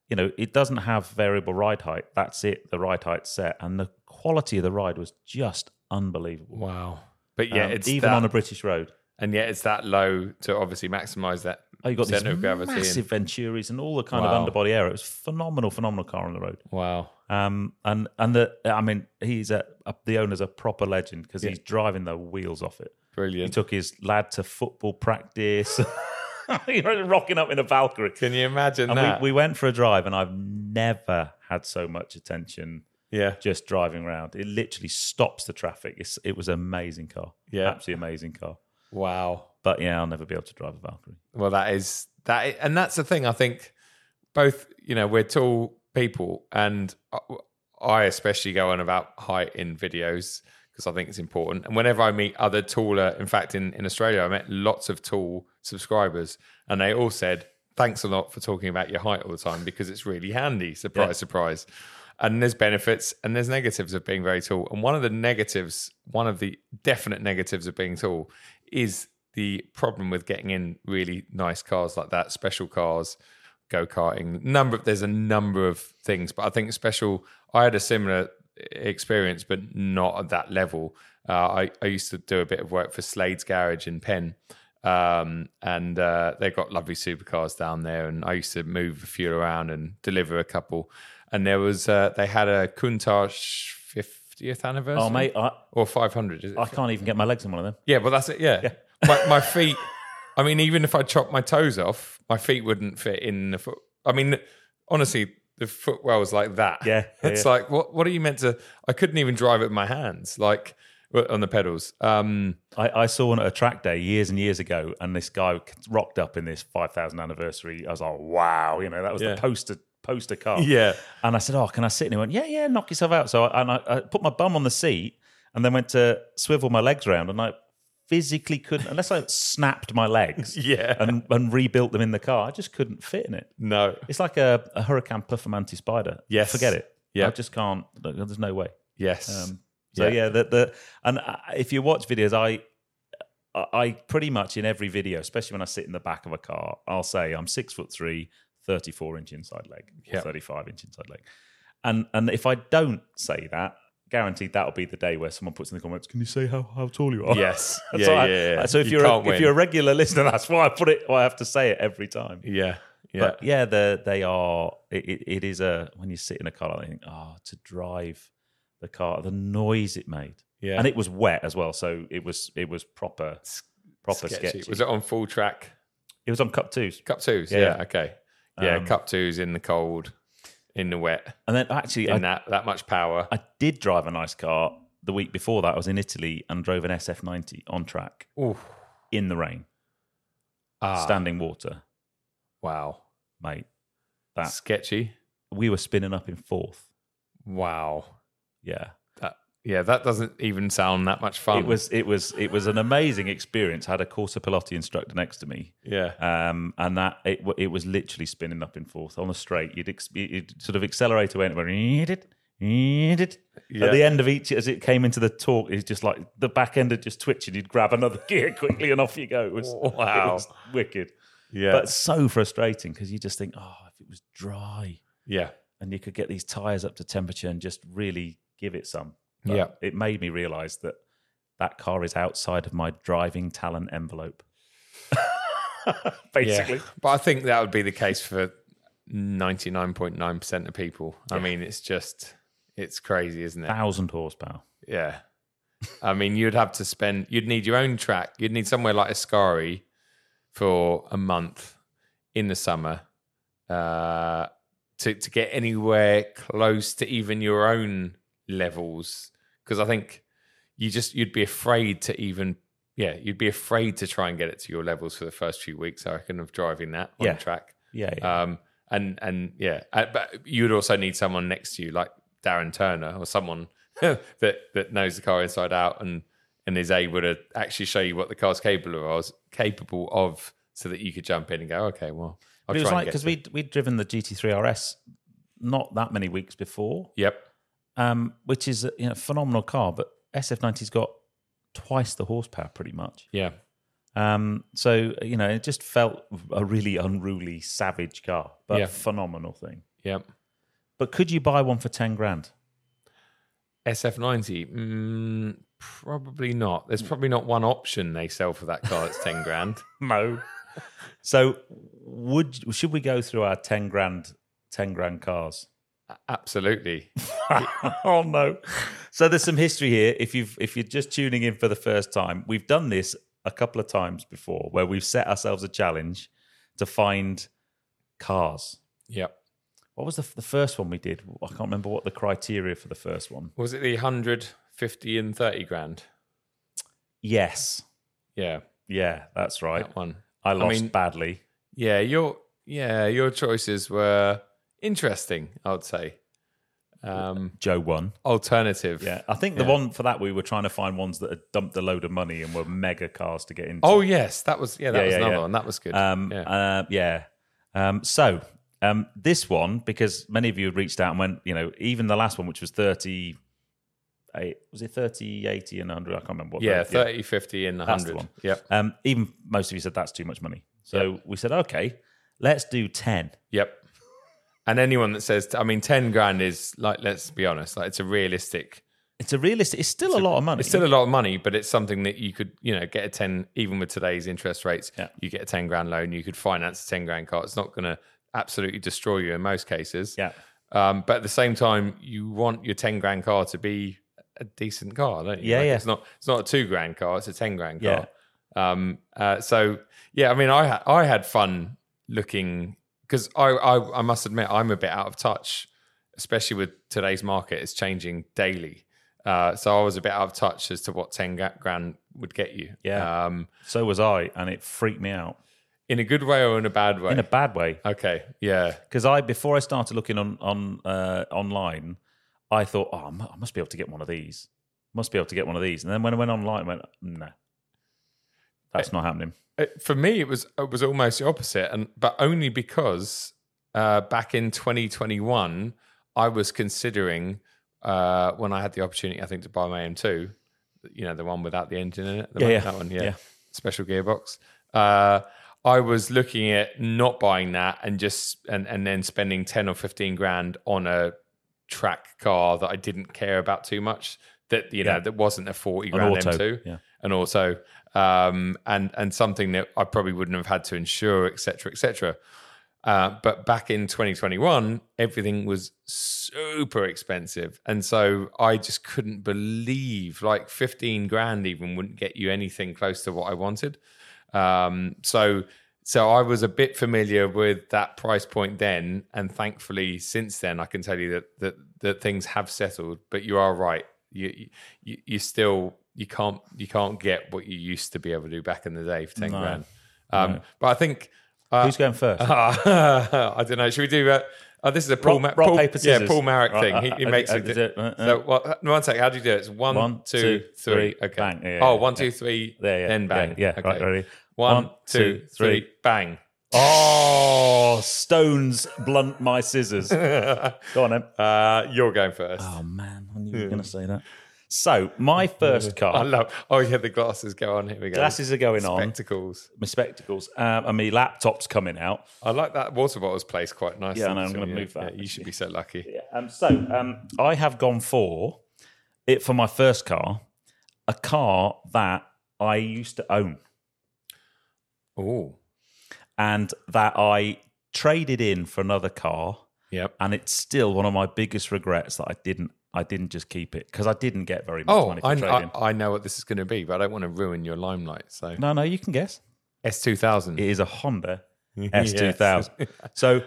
S2: you know, it doesn't have variable ride height. That's it. The ride height's set, and the quality of the ride was just unbelievable.
S1: wow. But yeah,
S2: Um,
S1: it's
S2: even
S1: that,
S2: on a British road.
S1: and yet it's that low to obviously maximize that.
S2: Oh, you got these
S1: Centre of gravity and-
S2: massive Venturis and all the kind
S1: Wow.
S2: of underbody area. It was phenomenal, phenomenal car on the road.
S1: Wow,
S2: Um, and and the I mean, he's a, a the owner's a proper legend because he's driving the wheels off it. He
S1: brilliant.
S2: took his lad to football practice. [LAUGHS] you know, rocking up in a Valkyrie.
S1: Can you imagine
S2: And
S1: that?
S2: we, we went for a drive, and I've never had so much attention
S1: yeah,
S2: just driving around. It literally stops the traffic. It's, it was an amazing car.
S1: Yeah.
S2: Absolutely amazing car.
S1: wow.
S2: But yeah, I'll never be able to drive a Valkyrie.
S1: Well, that is that, i- and that's the thing. I think both, you know, we're tall people, and I- I especially go on about height in videos because I think it's important. And whenever I meet other taller, in fact, in in Australia, I met lots of tall subscribers, and they all said, "Thanks a lot for talking about your height all the time because it's really handy." Surprise, surprise. And there's benefits and there's negatives of being very tall. And one of the negatives, one of the definite negatives of being tall, is the problem with getting in really nice cars like that, special cars, go karting. Number there's a number of things, but I think special. I had a similar experience, but not at that level. Uh, I I used to do a bit of work for Slade's Garage in Penn, um, and uh, they got lovely supercars down there, and I used to move a few around and deliver a couple. And there was uh, they had a Countach 50th anniversary
S2: Oh, mate, I,
S1: or 500. Is it
S2: I can't even get my legs in one of them.
S1: yeah, well, that's it. Yeah, my, my feet. I mean, even if I chopped my toes off, my feet wouldn't fit in the foot. I mean, honestly, the footwell was like that. [LAUGHS]
S2: Yeah, yeah,
S1: it's
S2: yeah.
S1: like what? What are you meant to? I couldn't even drive it with my hands, like on the pedals. Um,
S2: I, I saw one at a track day years and years ago, and this guy rocked up in this 5,000 anniversary. I was like, wow, you know, that was
S1: Yeah.
S2: the poster poster car.
S1: yeah,
S2: And I said, oh, can I sit? And he went, yeah, yeah, knock yourself out. So I, and I, I put my bum on the seat and then went to swivel my legs around, and I physically couldn't, unless I snapped my
S1: [LAUGHS]
S2: legs
S1: yeah.
S2: and, and rebuilt them in the car, I just couldn't fit in it.
S1: no,
S2: It's like a, a Hurricane Puffermanti spider.
S1: Yes.
S2: Forget it.
S1: Yeah.
S2: I just can't. There's no way.
S1: yes,
S2: Um, so
S1: Yeah.
S2: yeah, the, the and uh, if you watch videos, I I, I pretty much in every video, especially when I sit in the back of a car, I'll say I'm six foot three, 34 inch inside leg, or
S1: Yeah.
S2: 35 inch inside leg. And and if I don't say that, guaranteed that'll be the day where someone puts in the comments, Can you say how, how tall you are?
S1: Yes.
S2: That's
S1: yeah,
S2: why I-
S1: yeah, yeah.
S2: [LAUGHS] So if
S1: You
S2: are a,
S1: can't
S2: if
S1: win.
S2: you're a regular listener, [LAUGHS] that's why I put it. Why I have to say it every time.
S1: yeah, yeah,
S2: But yeah, the, they are. It, it, it is a when you sit in a car, like that, you think, oh, to drive the car, the noise it made,
S1: yeah.
S2: and it was wet as well, so it was it was proper
S1: S-
S2: proper sketchy. It,
S1: Was
S2: was
S1: it on full track?
S2: on cup twos,
S1: Cup twos.
S2: Yeah.
S1: Yeah. okay. Yeah.
S2: Um,
S1: cup twos in the cold, in the wet,
S2: and then actually,
S1: in
S2: I,
S1: that that much power.
S2: I did drive a nice car the week before that. I was in Italy and drove an SF90 on track
S1: Ooh.
S2: in the rain,
S1: Ah,
S2: standing water,
S1: wow.
S2: mate. That-
S1: Sketchy.
S2: We were spinning up in fourth.
S1: Wow.
S2: Yeah.
S1: That, yeah, that doesn't even sound that much fun.
S2: It was it was it was an amazing experience. I had a Corsa Pilotti instructor next to me,
S1: Yeah.
S2: um, and that it wa- it was literally spinning up and forth on a straight. You'd, ex- you'd sort of accelerate away and it went "Eat it, eat it."
S1: Yeah.
S2: At the end of each, as it came into the torque, it's just like the back end had just twitched, and you'd grab another [LAUGHS] gear quickly, and off you go. It was, it
S1: Wow.
S2: was wicked,
S1: Yeah.
S2: but so frustrating because you just think, oh, if it was dry,
S1: yeah.
S2: and you could get these tires up to temperature and just really give it some.
S1: Yeah.
S2: It made me realize that that car is outside of my driving talent envelope. [LAUGHS] Basically.
S1: Yeah. But I think that would be the case for 99.9% of people. I mean, it's just, it's crazy, isn't it?
S2: Thousand horsepower.
S1: Yeah. I mean, you'd have to spend, you'd need your own track. You'd need somewhere like Ascari for a month in the summer uh, to, to get anywhere close to even your own levels. Because I think you just, you'd be afraid to even, yeah, you'd be afraid to try and get it to your levels for the first few weeks, I reckon, of driving that on
S2: Yeah.
S1: track.
S2: Yeah. yeah.
S1: Um, and and yeah, uh, but you would also need someone next to you, like Darren Turner, or someone [LAUGHS] that that knows the car inside out and and is able to actually show you what the car's capable of, capable of, so that you could jump in and go, okay, well, I'll
S2: but it was
S1: try and
S2: like,
S1: get
S2: because
S1: to-
S2: we'd, we'd driven the GT3 RS not that many weeks before,
S1: Yep.
S2: um, which is a you know, phenomenal car, but SF90's got twice the horsepower pretty much.
S1: Yeah.
S2: Um, so, you know, it just felt a really unruly, savage car, but
S1: Yeah.
S2: phenomenal thing.
S1: Yep.
S2: But could you buy one for 10 grand?
S1: SF90, mm, probably not.
S2: Mm.
S1: There's probably not one option they sell for that car. It's ten grand.
S2: [LAUGHS] No. so would should we go through our 10 grand 10 grand cars?
S1: Absolutely.
S2: [LAUGHS] oh no. So there's some history here if you've if you're just tuning in for the first time. We've done this a couple of times before where we've set ourselves a challenge to find cars.
S1: Yep.
S2: What was the, the first one we did? I can't remember what the criteria for the first one.
S1: Was it the 100, 50 and thirty grand?
S2: Yes.
S1: Yeah,
S2: Yeah, that's right.
S1: that one.
S2: I lost
S1: mean-
S2: badly.
S1: Yeah, your yeah, your choices were interesting, I'd say. Um
S2: Joe won.
S1: alternative.
S2: Yeah, I think the one for that we were trying to find ones that had dumped a load of money and were mega cars to get into.
S1: Oh yes, that was yeah, that
S2: Yeah,
S1: was
S2: yeah,
S1: another
S2: yeah.
S1: one. That was good.
S2: um,
S1: yeah.
S2: uh, yeah. Um, so um, this one, because many of you had reached out and went, you know, even the last one, which was thirty, eight, was it 30, 80, and hundred? I can't remember. What
S1: yeah,
S2: the-
S1: 30, 50 and
S2: That's
S1: 100.
S2: the one.
S1: Yep.
S2: Um, even most of you said that's too much money. So we said, okay, let's do ten.
S1: Yep. And anyone that says I mean 10 grand is like let's be honest, like it's a realistic
S2: It's a realistic. It's still a lot of money.
S1: it's still a lot of money, but it's something that you could, you know, get a 10 even with today's interest rates,
S2: Yeah.
S1: you get a 10 grand loan, you could finance a 10 grand car. It's not going to absolutely destroy you in most cases.
S2: yeah.
S1: Um, but at the same time, you want your ten grand car to be a decent car, don't you?
S2: Yeah, yeah.
S1: It's not it's not a two grand car; it's a ten grand
S2: Yeah.
S1: car. Um, uh, so yeah, I mean, I ha- I had fun looking because I, I I must admit I'm a bit out of touch, especially with today's market. It's changing daily, uh, so I was a bit out of touch as to what ten ga- grand would get you.
S2: Yeah.
S1: um,
S2: So was I, and it freaked me out
S1: in a good way or in a bad way.
S2: in a bad way.
S1: okay, yeah,
S2: because I before I started looking on on uh, online, I thought, oh, I mu- I must be able to get one of these. Must be able to get one of these. And then when I went online, I went, no, that's not happening.
S1: it, for me it was it was almost the opposite and but only because uh back in 2021 i was considering uh when i had the opportunity i think to buy my m2 you know the one without the engine in it the
S2: Yeah,
S1: one,
S2: yeah.
S1: that one
S2: Yeah.
S1: yeah, special gearbox. Uh, I was looking at not buying that and just and and then spending ten or fifteen grand on a track car that I didn't care about too much. That you know
S2: Yeah.
S1: that wasn't a forty
S2: An
S1: grand
S2: auto,
S1: M2,
S2: yeah.
S1: an auto, um, and and something that I probably wouldn't have had to insure, et cetera, et cetera. Uh, but back in 2021, everything was super expensive, and so I just couldn't believe like 15 grand even wouldn't get you anything close to what I wanted. Um, so so I was a bit familiar with that price point then, and thankfully since then I can tell you that that, that things have settled. But you are right. You, you you still you can't you can't get what you used to be able to do back in the day for ten
S2: No.
S1: grand. Um, But I think [LAUGHS] uh,
S2: Who's going first?
S1: I don't know. Should we do that? Oh, this is a Paul,
S2: Rock-
S1: Ma-
S2: rock,
S1: Paul-
S2: paper,
S1: Yeah,
S2: scissors.
S1: Paul Marrick
S2: Right,
S1: thing.
S2: uh,
S1: he, he
S2: uh,
S1: makes
S2: uh,
S1: it.
S2: is it, uh, uh.
S1: so, well, one sec. How do you do it? It's one,
S2: One,
S1: two,
S2: two,
S1: three.
S2: three,
S1: Okay.
S2: bang. Yeah,
S1: oh,
S2: yeah,
S1: one,
S2: yeah.
S1: two, three.
S2: There, yeah,
S1: Then bang.
S2: yeah, yeah.
S1: okay.
S2: Right, ready?
S1: One,
S2: One,
S1: two,
S2: two,
S1: three.
S2: three.
S1: Bang.
S2: Oh, stones blunt my
S1: [LAUGHS]
S2: scissors. Go on, then.
S1: Uh, you're going first.
S2: Oh man, I knew you were going to say that. So my first
S1: [LAUGHS] I
S2: car,
S1: love. Oh yeah, the glasses go on. Here we go.
S2: glasses are going on,
S1: spectacles.
S2: my spectacles, um, and my laptop's coming out.
S1: I like that water bottle's placed quite nicely.
S2: Yeah, I know, I'm
S1: So,
S2: gonna move that.
S1: yeah, you should be so lucky.
S2: Yeah, Um, so um, I have gone for it for my first car, a car that I used to own
S1: Oh,
S2: and that I traded in for another car,
S1: yep.
S2: and it's still one of my biggest regrets that I didn't. I didn't just keep it because I didn't get very much
S1: Oh,
S2: money for
S1: I,
S2: trading.
S1: I, I know what this is going to be, but I don't want to ruin your limelight. So
S2: no, no, you can guess.
S1: S two thousand.
S2: It is a Honda
S1: [LAUGHS] Yes.
S2: S2000.
S1: [LAUGHS]
S2: so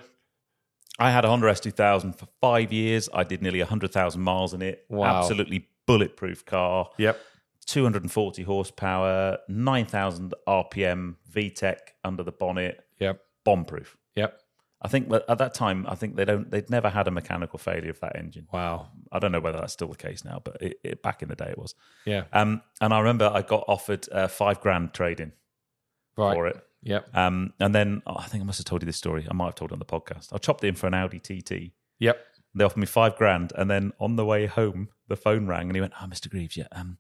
S2: I had a Honda S2000 for five years. I did nearly 100,000 miles in it.
S1: Wow.
S2: Absolutely bulletproof car,
S1: Yep.
S2: 240 horsepower, 9,000 RPM VTEC under the bonnet,
S1: Yep.
S2: bombproof.
S1: Yep.
S2: I think that at that time, I think they don't, they'd never had a mechanical failure of that engine.
S1: Wow.
S2: I don't know whether that's still the case now, but it, it, back in the day it was.
S1: Yeah.
S2: Um, and I remember I got offered uh, five grand trading
S1: Right.
S2: for it.
S1: Yep.
S2: Um, and then oh, I think I must have told you this story. I might have told it on the podcast. I chopped it in for an Audi TT.
S1: Yep.
S2: They offered me five grand, and then on the way home, the phone rang, and he went, "Ah, Mister Greaves, yeah, um,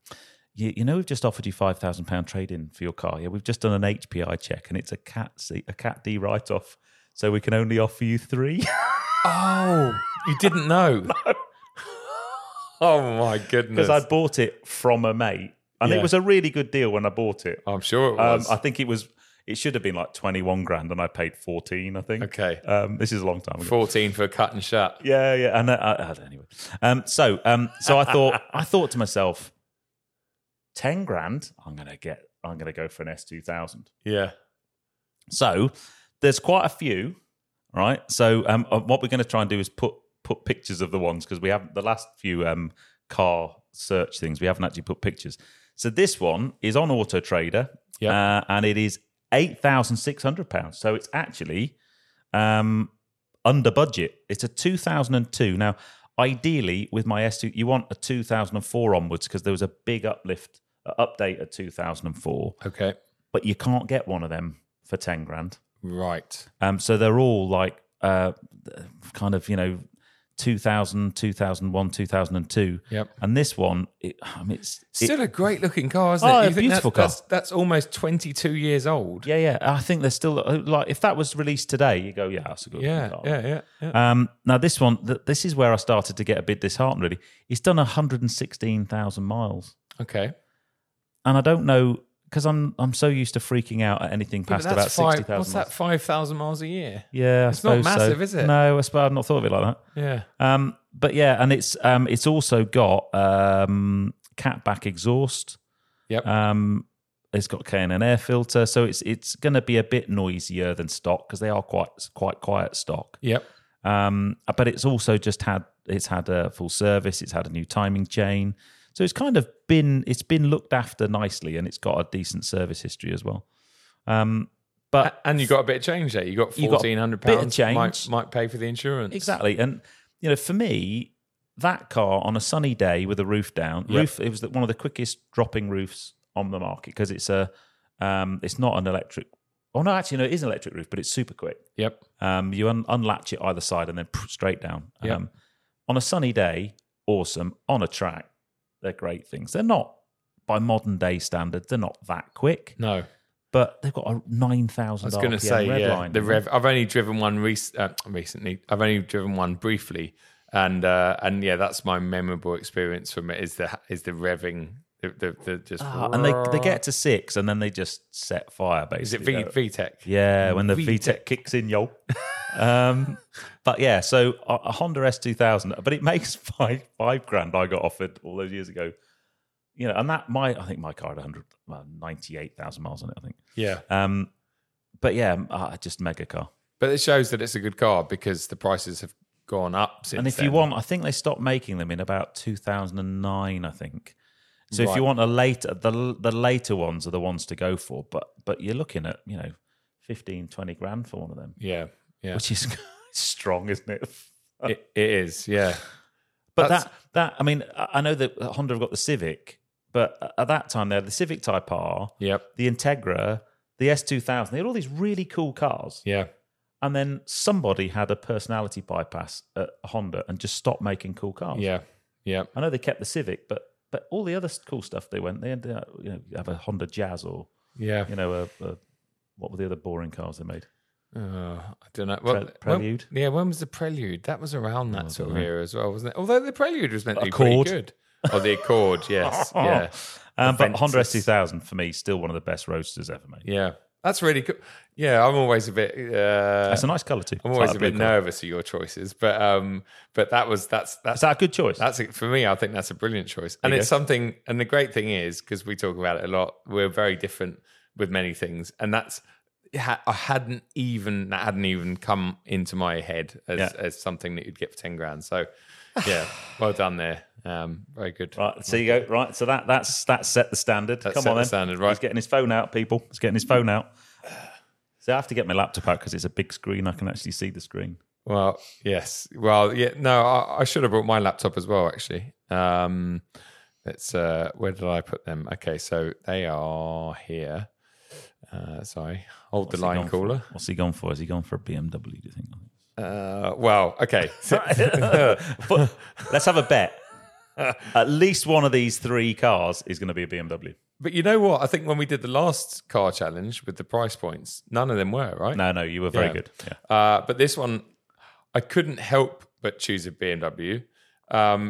S2: you, you know, we've just offered you five thousand pound trade in for your car. Yeah, we've just done an HPI check, and it's a cat C, a cat D write off, so we can only offer you three. [LAUGHS]
S1: Oh, you didn't [LAUGHS] know. Oh my goodness.
S2: because I bought it from a mate, and
S1: Yeah.
S2: it was a really good deal when I bought it.
S1: I'm sure it
S2: Um,
S1: was.
S2: I think it was it should have been like twenty one grand, and I paid fourteen. I think.
S1: okay.
S2: Um, this is a long time ago.
S1: Fourteen for a cut and shut.
S2: Yeah, yeah. And uh, I, I, anyway, um, so um, so I thought I thought to myself, ten grand. I'm gonna get. I'm gonna go for an S two thousand.
S1: Yeah.
S2: So there's quite a few, right? So um, uh, what we're going to try and do is put put pictures of the ones because we haven't the last few um, car search things we haven't actually put pictures. So this one is on Auto Trader,
S1: Yeah.
S2: uh, and it is eight thousand six hundred pounds. So it's actually um, under budget. It's a two thousand and two now. Ideally, with my S2, you want a 2004 onwards because there was a big uplift, uh, update at 2004
S1: Okay.
S2: but you can't get one of them for 10 grand.
S1: Right.
S2: Um, so they're all like uh, kind of, you know, 2000, 2001, 2002.
S1: Yep.
S2: And this one, it, I mean, it's. it-
S1: Still a great looking car, isn't
S2: Oh,
S1: it?
S2: a
S1: You think
S2: beautiful car.
S1: that's, That's, that's almost 22 years old.
S2: yeah, yeah. I think they're still uh, like, if that was released today, you go, yeah, that's a good
S1: Yeah.
S2: car.
S1: Yeah. Yeah. yeah.
S2: Um, now, this one, th- this is where I started to get a bit disheartened, really. It's done 116,000 miles.
S1: Okay.
S2: And I don't know, because I'm, I'm so used to freaking out at anything
S1: But
S2: past about
S1: five-
S2: 60,000
S1: What's
S2: miles.
S1: that? 5,000 miles a year?
S2: Yeah, I
S1: not
S2: suppose so.
S1: massive, is it?
S2: No, I suppose I've not thought of it like that.
S1: Yeah.
S2: Um, but yeah, and it's um, it's also got um, catback exhaust.
S1: Yep.
S2: Um, it's got K and N air filter, so it's it's going to be a bit noisier than stock because they are quite quite quiet stock.
S1: Yep.
S2: Um, but it's also just had it's had a full service. It's had a new timing chain, so it's kind of been it's been looked after nicely, and it's got a decent service history as well. Um, but
S1: And you got a bit of change there. You got
S2: You got a
S1: fourteen hundred
S2: bit of
S1: pounds. Might,
S2: change.
S1: might pay for the insurance.
S2: Exactly. And you know, for me, that car on a sunny day with a roof down,
S1: Yep.
S2: roof it was the- one of the quickest dropping roofs on the market because it's a um, it's not an electric. Oh no, actually no, it is an electric roof, but it's super quick.
S1: Yep.
S2: Um, you un- unlatch it either side and then pff, straight down.
S1: Yep.
S2: Um, on a sunny day, awesome. On a track, they're great things. They're not by modern day standards, they're not that quick,
S1: No,
S2: but they've got a 9,000
S1: I was
S2: going to
S1: say
S2: red
S1: yeah.
S2: line.
S1: the rev. I've only driven one rec- uh, recently. I've only driven one briefly, and uh, and yeah, that's my memorable experience from it. Is the is the revving the the, the just
S2: Ah, and they, they get to six and then they just set fire, basically.
S1: Is it V
S2: They're-
S1: VTEC?
S2: Yeah, when the
S1: VTEC.
S2: VTEC kicks in,
S1: [LAUGHS]
S2: yo. um, but yeah, so a, a Honda S2000, but it makes [LAUGHS] five five grand. I got offered all those years ago, you know, and that my I think my car had 100, well, 98,000 miles on it, I think.
S1: Yeah.
S2: Um, but yeah, um, uh, just mega car.
S1: Uh, But it shows that it's a good car because the prices have gone up since.
S2: and if
S1: then.
S2: you want, I think they stopped making them in about 2009, I think. So if
S1: Right.
S2: you want a later, the the later ones are the ones to go for, but but you're looking at you know 15, 20 grand for one of them, [LAUGHS]
S1: yeah, yeah,
S2: which is strong, isn't it?
S1: it, it is. Yeah,
S2: But
S1: That's-
S2: that that I mean, I I know that Honda have got the Civic, but at that time they had the Civic Type R,
S1: yep,
S2: the Integra, the S two thousand. They had all these really cool cars,
S1: yeah.
S2: and then somebody had a personality bypass at Honda and just stopped making cool cars.
S1: Yeah, yeah,
S2: I know they kept the Civic, but but all the other s- cool stuff they went, they had uh, you know have a Honda Jazz or
S1: yeah.
S2: you know a, a what were the other boring cars they made?
S1: Uh, I don't know. Well,
S2: Pre- Prelude? Oh,
S1: When, yeah, when was the Prelude? That was around that
S2: I
S1: sort of
S2: dunno.
S1: era as well, wasn't it? Although the Prelude was meant to be
S2: Accord.
S1: pretty good. Oh, the
S2: [LAUGHS]
S1: Accord, yes, yeah,
S2: Um, but Honda S
S1: Aventus.
S2: two thousand for me still one of the best roadsters ever made.
S1: yeah. That's really cool. Yeah, I'm always a bit. Uh,
S2: That's a nice color too.
S1: I'm
S2: It's
S1: always
S2: like
S1: a bit
S2: blue colour.
S1: nervous of your choices, but um, but that was that's that's
S2: Is that a good choice?
S1: That's it for me. I think that's a brilliant choice, and
S2: you
S1: it's something. And the great thing is because we talk about it a lot, we're very different with many things, and that's it ha- I hadn't even that hadn't even come into my head as,
S2: Yeah.
S1: as something that you'd get for ten grand. So, yeah, well done there. Um, very good.
S2: Right, so you go. Right, so that that's that set the standard. Come
S1: set
S2: on,
S1: the
S2: then.
S1: standard, right.
S2: He's getting his phone out, people. He's getting his phone out. So I have to get my laptop out because it's a big screen. I can actually see the screen.
S1: Well, yes. Well, yeah. No, I, I should have brought my laptop as well. Actually, um, let's. Uh, where did I put them? Okay, so they are here. Uh, sorry, hold
S2: What's
S1: the
S2: he gone
S1: line
S2: for?
S1: caller.
S2: What's he gone for? Is he gone for a BMW? Do you think?
S1: Uh, well,
S2: [LAUGHS]
S1: okay. So-
S2: But let's have a bet. At least one of these three cars is going to be a BMW.
S1: but you know what? I think when we did the last car challenge with the price points, none of them were, right?
S2: No, no, you were very
S1: Yeah.
S2: good. Yeah.
S1: Uh, but this one, I couldn't help but choose a BMW um,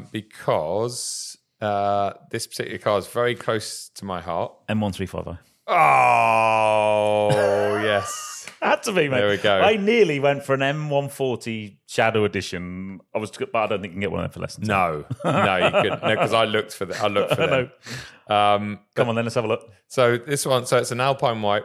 S1: because uh, this particular car is very close to my heart.
S2: M1355.
S1: Oh, yes.
S2: Had to be, mate.
S1: There we go.
S2: I nearly went for an M140 Shadow Edition. I was, but I don't think you can get one of them for less than
S1: No, no, you couldn't. No, because I looked for the, I looked
S2: [LAUGHS]
S1: for
S2: 10.
S1: them. Um,
S2: Come on, then let's have a look.
S1: so this one, so it's an Alpine White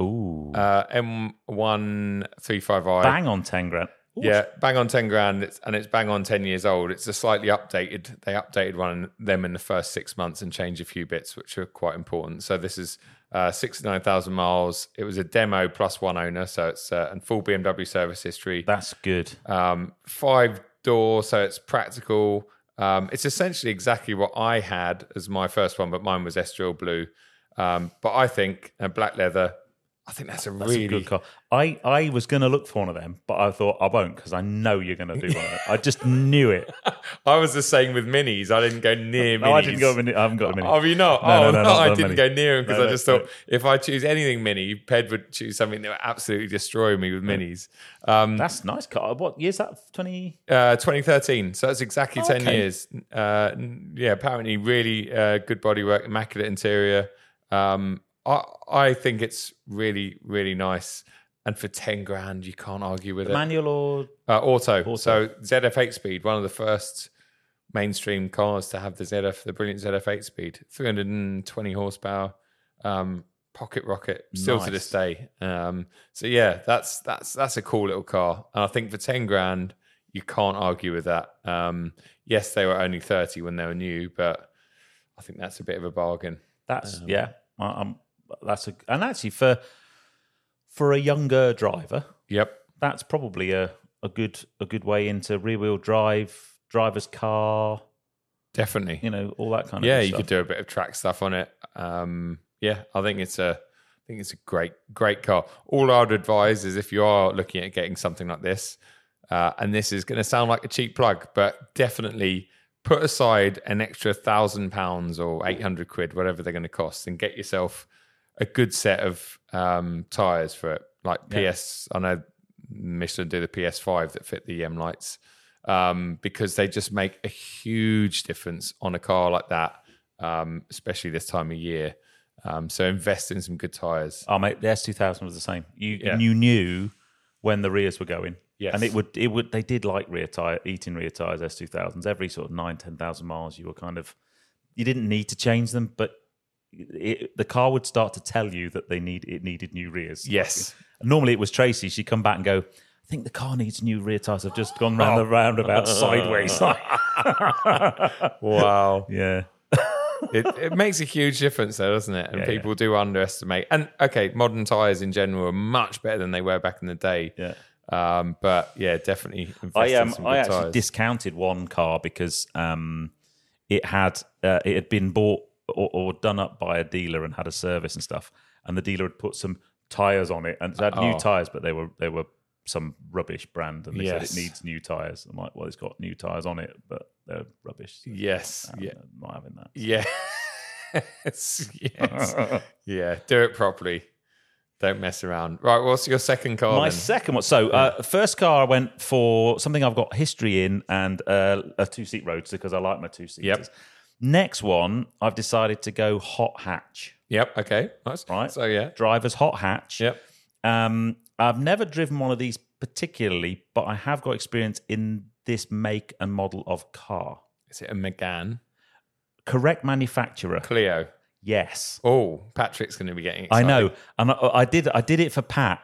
S2: Ooh.
S1: uh, M135i.
S2: bang on 10 grand. Ooh,
S1: Yeah, bang on ten grand, it's, and it's bang on ten years old. It's a slightly updated. They updated one them in the first six months and changed a few bits, which are quite important. So this is uh, sixty nine thousand miles. It was a demo plus one owner, so it's uh, and full BMW service history.
S2: That's good.
S1: Um, five door, so it's practical. Um, it's essentially exactly what I had as my first one, but mine was Estriel blue. Um, but I think uh, black leather. I think that's a
S2: That's
S1: really
S2: a good car. I, I was going to look for one of them, but I thought I won't because I know you're going to do one of them. I just knew
S1: [LAUGHS]
S2: it.
S1: I was the same with minis. I didn't go near minis.
S2: No, I didn't go. with any- I haven't got a mini.
S1: Oh, have you not?
S2: No,
S1: oh,
S2: no, no, not
S1: I
S2: the
S1: didn't
S2: mini.
S1: go near him because
S2: No,
S1: I
S2: no,
S1: just
S2: no.
S1: thought if I choose anything mini, Ped would choose something that would absolutely destroy me with minis. Um,
S2: That's a nice car. What year's that? Twenty.
S1: uh, 2013, so that's exactly 10
S2: Okay.
S1: years. Uh, n- yeah, apparently, really uh, good bodywork, immaculate interior. Um, I, I think it's really, really nice. And for 10 grand, you can't argue with it.
S2: Manual or
S1: Uh, auto. So ZF eight speed, one of the first mainstream cars to have the ZF, the brilliant ZF eight speed, 320 horsepower, um, pocket rocket, still
S2: Nice.
S1: to this day. Um, so yeah, that's that's that's a cool little car, and I think for ten grand, you can't argue with that. Um, yes, they were only 30 when they were new, but I think that's a bit of a bargain.
S2: that's
S1: Um,
S2: yeah. I, I'm, that's a and actually for for a younger driver,
S1: Yep.
S2: that's probably a, a good a good way into rear wheel drive, driver's car,
S1: Definitely.
S2: you know, all that kind of
S1: yeah
S2: good
S1: you
S2: stuff.
S1: could do a bit of track stuff on it um yeah i think it's a i think it's a great great car all i'd advise is if you are looking at getting something like this uh, and this is going to sound like a cheap plug but definitely put aside an extra thousand pounds or 800 quid, whatever they're going to cost, and get yourself a good set of um, tires for it. Like
S2: Yeah.
S1: PS, I know Michelin do the PS5 that fit the EM lights um, because they just make a huge difference on a car like that, um, especially this time of year. Um, so invest in some good tires.
S2: Oh mate, the S two thousand was the same. You
S1: Yeah.
S2: you knew when the rears were going.
S1: Yes.
S2: And it would it would they did like rear tire eating rear tires S two thousands. Every sort of nine, ten thousand miles you were kind of you didn't need to change them, but it, the car would start to tell you that they need it needed new rears.
S1: [LAUGHS] Yes.
S2: Normally it was Tracy, she'd come back and go, I think the car needs new rear tires. I've just gone round the roundabout [LAUGHS] sideways.
S1: Wow.
S2: yeah.
S1: it, it makes a huge difference though, doesn't it? And
S2: Yeah,
S1: people do underestimate. And okay, modern tires in general are much better than they were back in the day.
S2: Yeah.
S1: Um, but yeah, definitely invest
S2: I
S1: in
S2: um,
S1: some good
S2: I actually
S1: tires.
S2: discounted one car because um, it had uh, it had been bought or, or done up by a dealer and had a service and stuff, and the dealer had put some tires on it and it had
S1: Oh.
S2: new tires, but they were they were some rubbish brand, and they
S1: Yes.
S2: said it needs new tires. I'm like, well, it's got new tires on it, but they're rubbish. So
S1: yes.
S2: I'm
S1: Yeah.
S2: not having that.
S1: Yeah. yes. Yes. yeah. Do it properly. Don't mess around. Right. What's your second car?
S2: My
S1: then?
S2: second one. So, uh, first car I went for something I've got history in and uh, a two seat roadster because I like my two seaters.
S1: Yep.
S2: Next one, I've decided to go hot hatch.
S1: yep. Okay. Nice.
S2: Right.
S1: So yeah.
S2: Driver's hot hatch.
S1: Yep.
S2: Um, I've never driven one of these particularly, but I have got experience in this make and model of car.
S1: Is it a Megan?
S2: Correct manufacturer.
S1: Clio.
S2: Yes.
S1: Oh, Patrick's going to be getting.
S2: I
S1: Excited.
S2: know, and I, I did. I did it for Pat.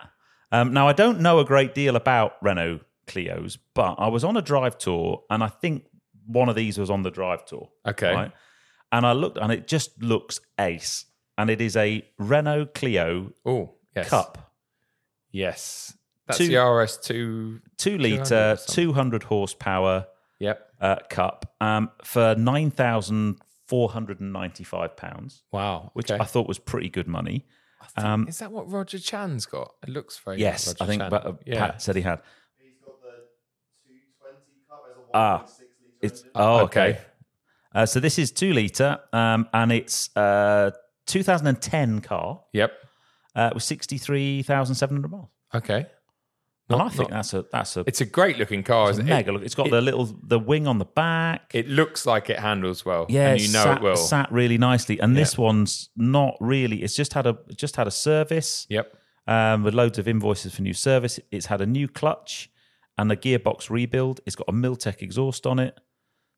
S2: Um, now I don't know a great deal about Renault Clios, but I was on a drive tour, and I think one of these was on the drive tour.
S1: Okay.
S2: And I looked, and it just looks ace, and it is a Renault Clio
S1: Oh, yes.
S2: Cup,
S1: Yes. That's
S2: Two-
S1: the RS2.
S2: two
S1: 200
S2: liter,
S1: or something.
S2: two hundred horsepower
S1: Yep.
S2: uh, cup um, for nine thousand four hundred and ninety-five pounds,
S1: Wow.
S2: which
S1: okay.
S2: I thought was pretty good money.
S1: Um, is that what Roger Chan's got? It looks very
S2: Yes,
S1: Like Roger
S2: I think
S1: Chan.
S2: but, uh, Pat said he had.
S3: He's got the 220 car. There's a 1.6
S2: Ah,
S3: litre
S2: It's
S3: engine.
S2: oh okay.
S1: Okay.
S2: Uh, so this is two liter, um, and it's uh, 2010 car
S1: Yep.
S2: uh, with 63,700 miles.
S1: Okay.
S2: And
S1: Not-
S2: I think
S1: not-
S2: that's a that's a
S1: it's a great looking car. Isn't
S2: mega
S1: It?
S2: look. It's got the little the wing on the back.
S1: It looks like it handles well.
S2: yeah,
S1: And you know
S2: sat,
S1: it will.
S2: sat really nicely. And this one's not really. It's just had a it's just had a service
S1: Yep.
S2: um, with loads of invoices for new service. It's had a new clutch and a gearbox rebuild. It's got a Miltech exhaust on it,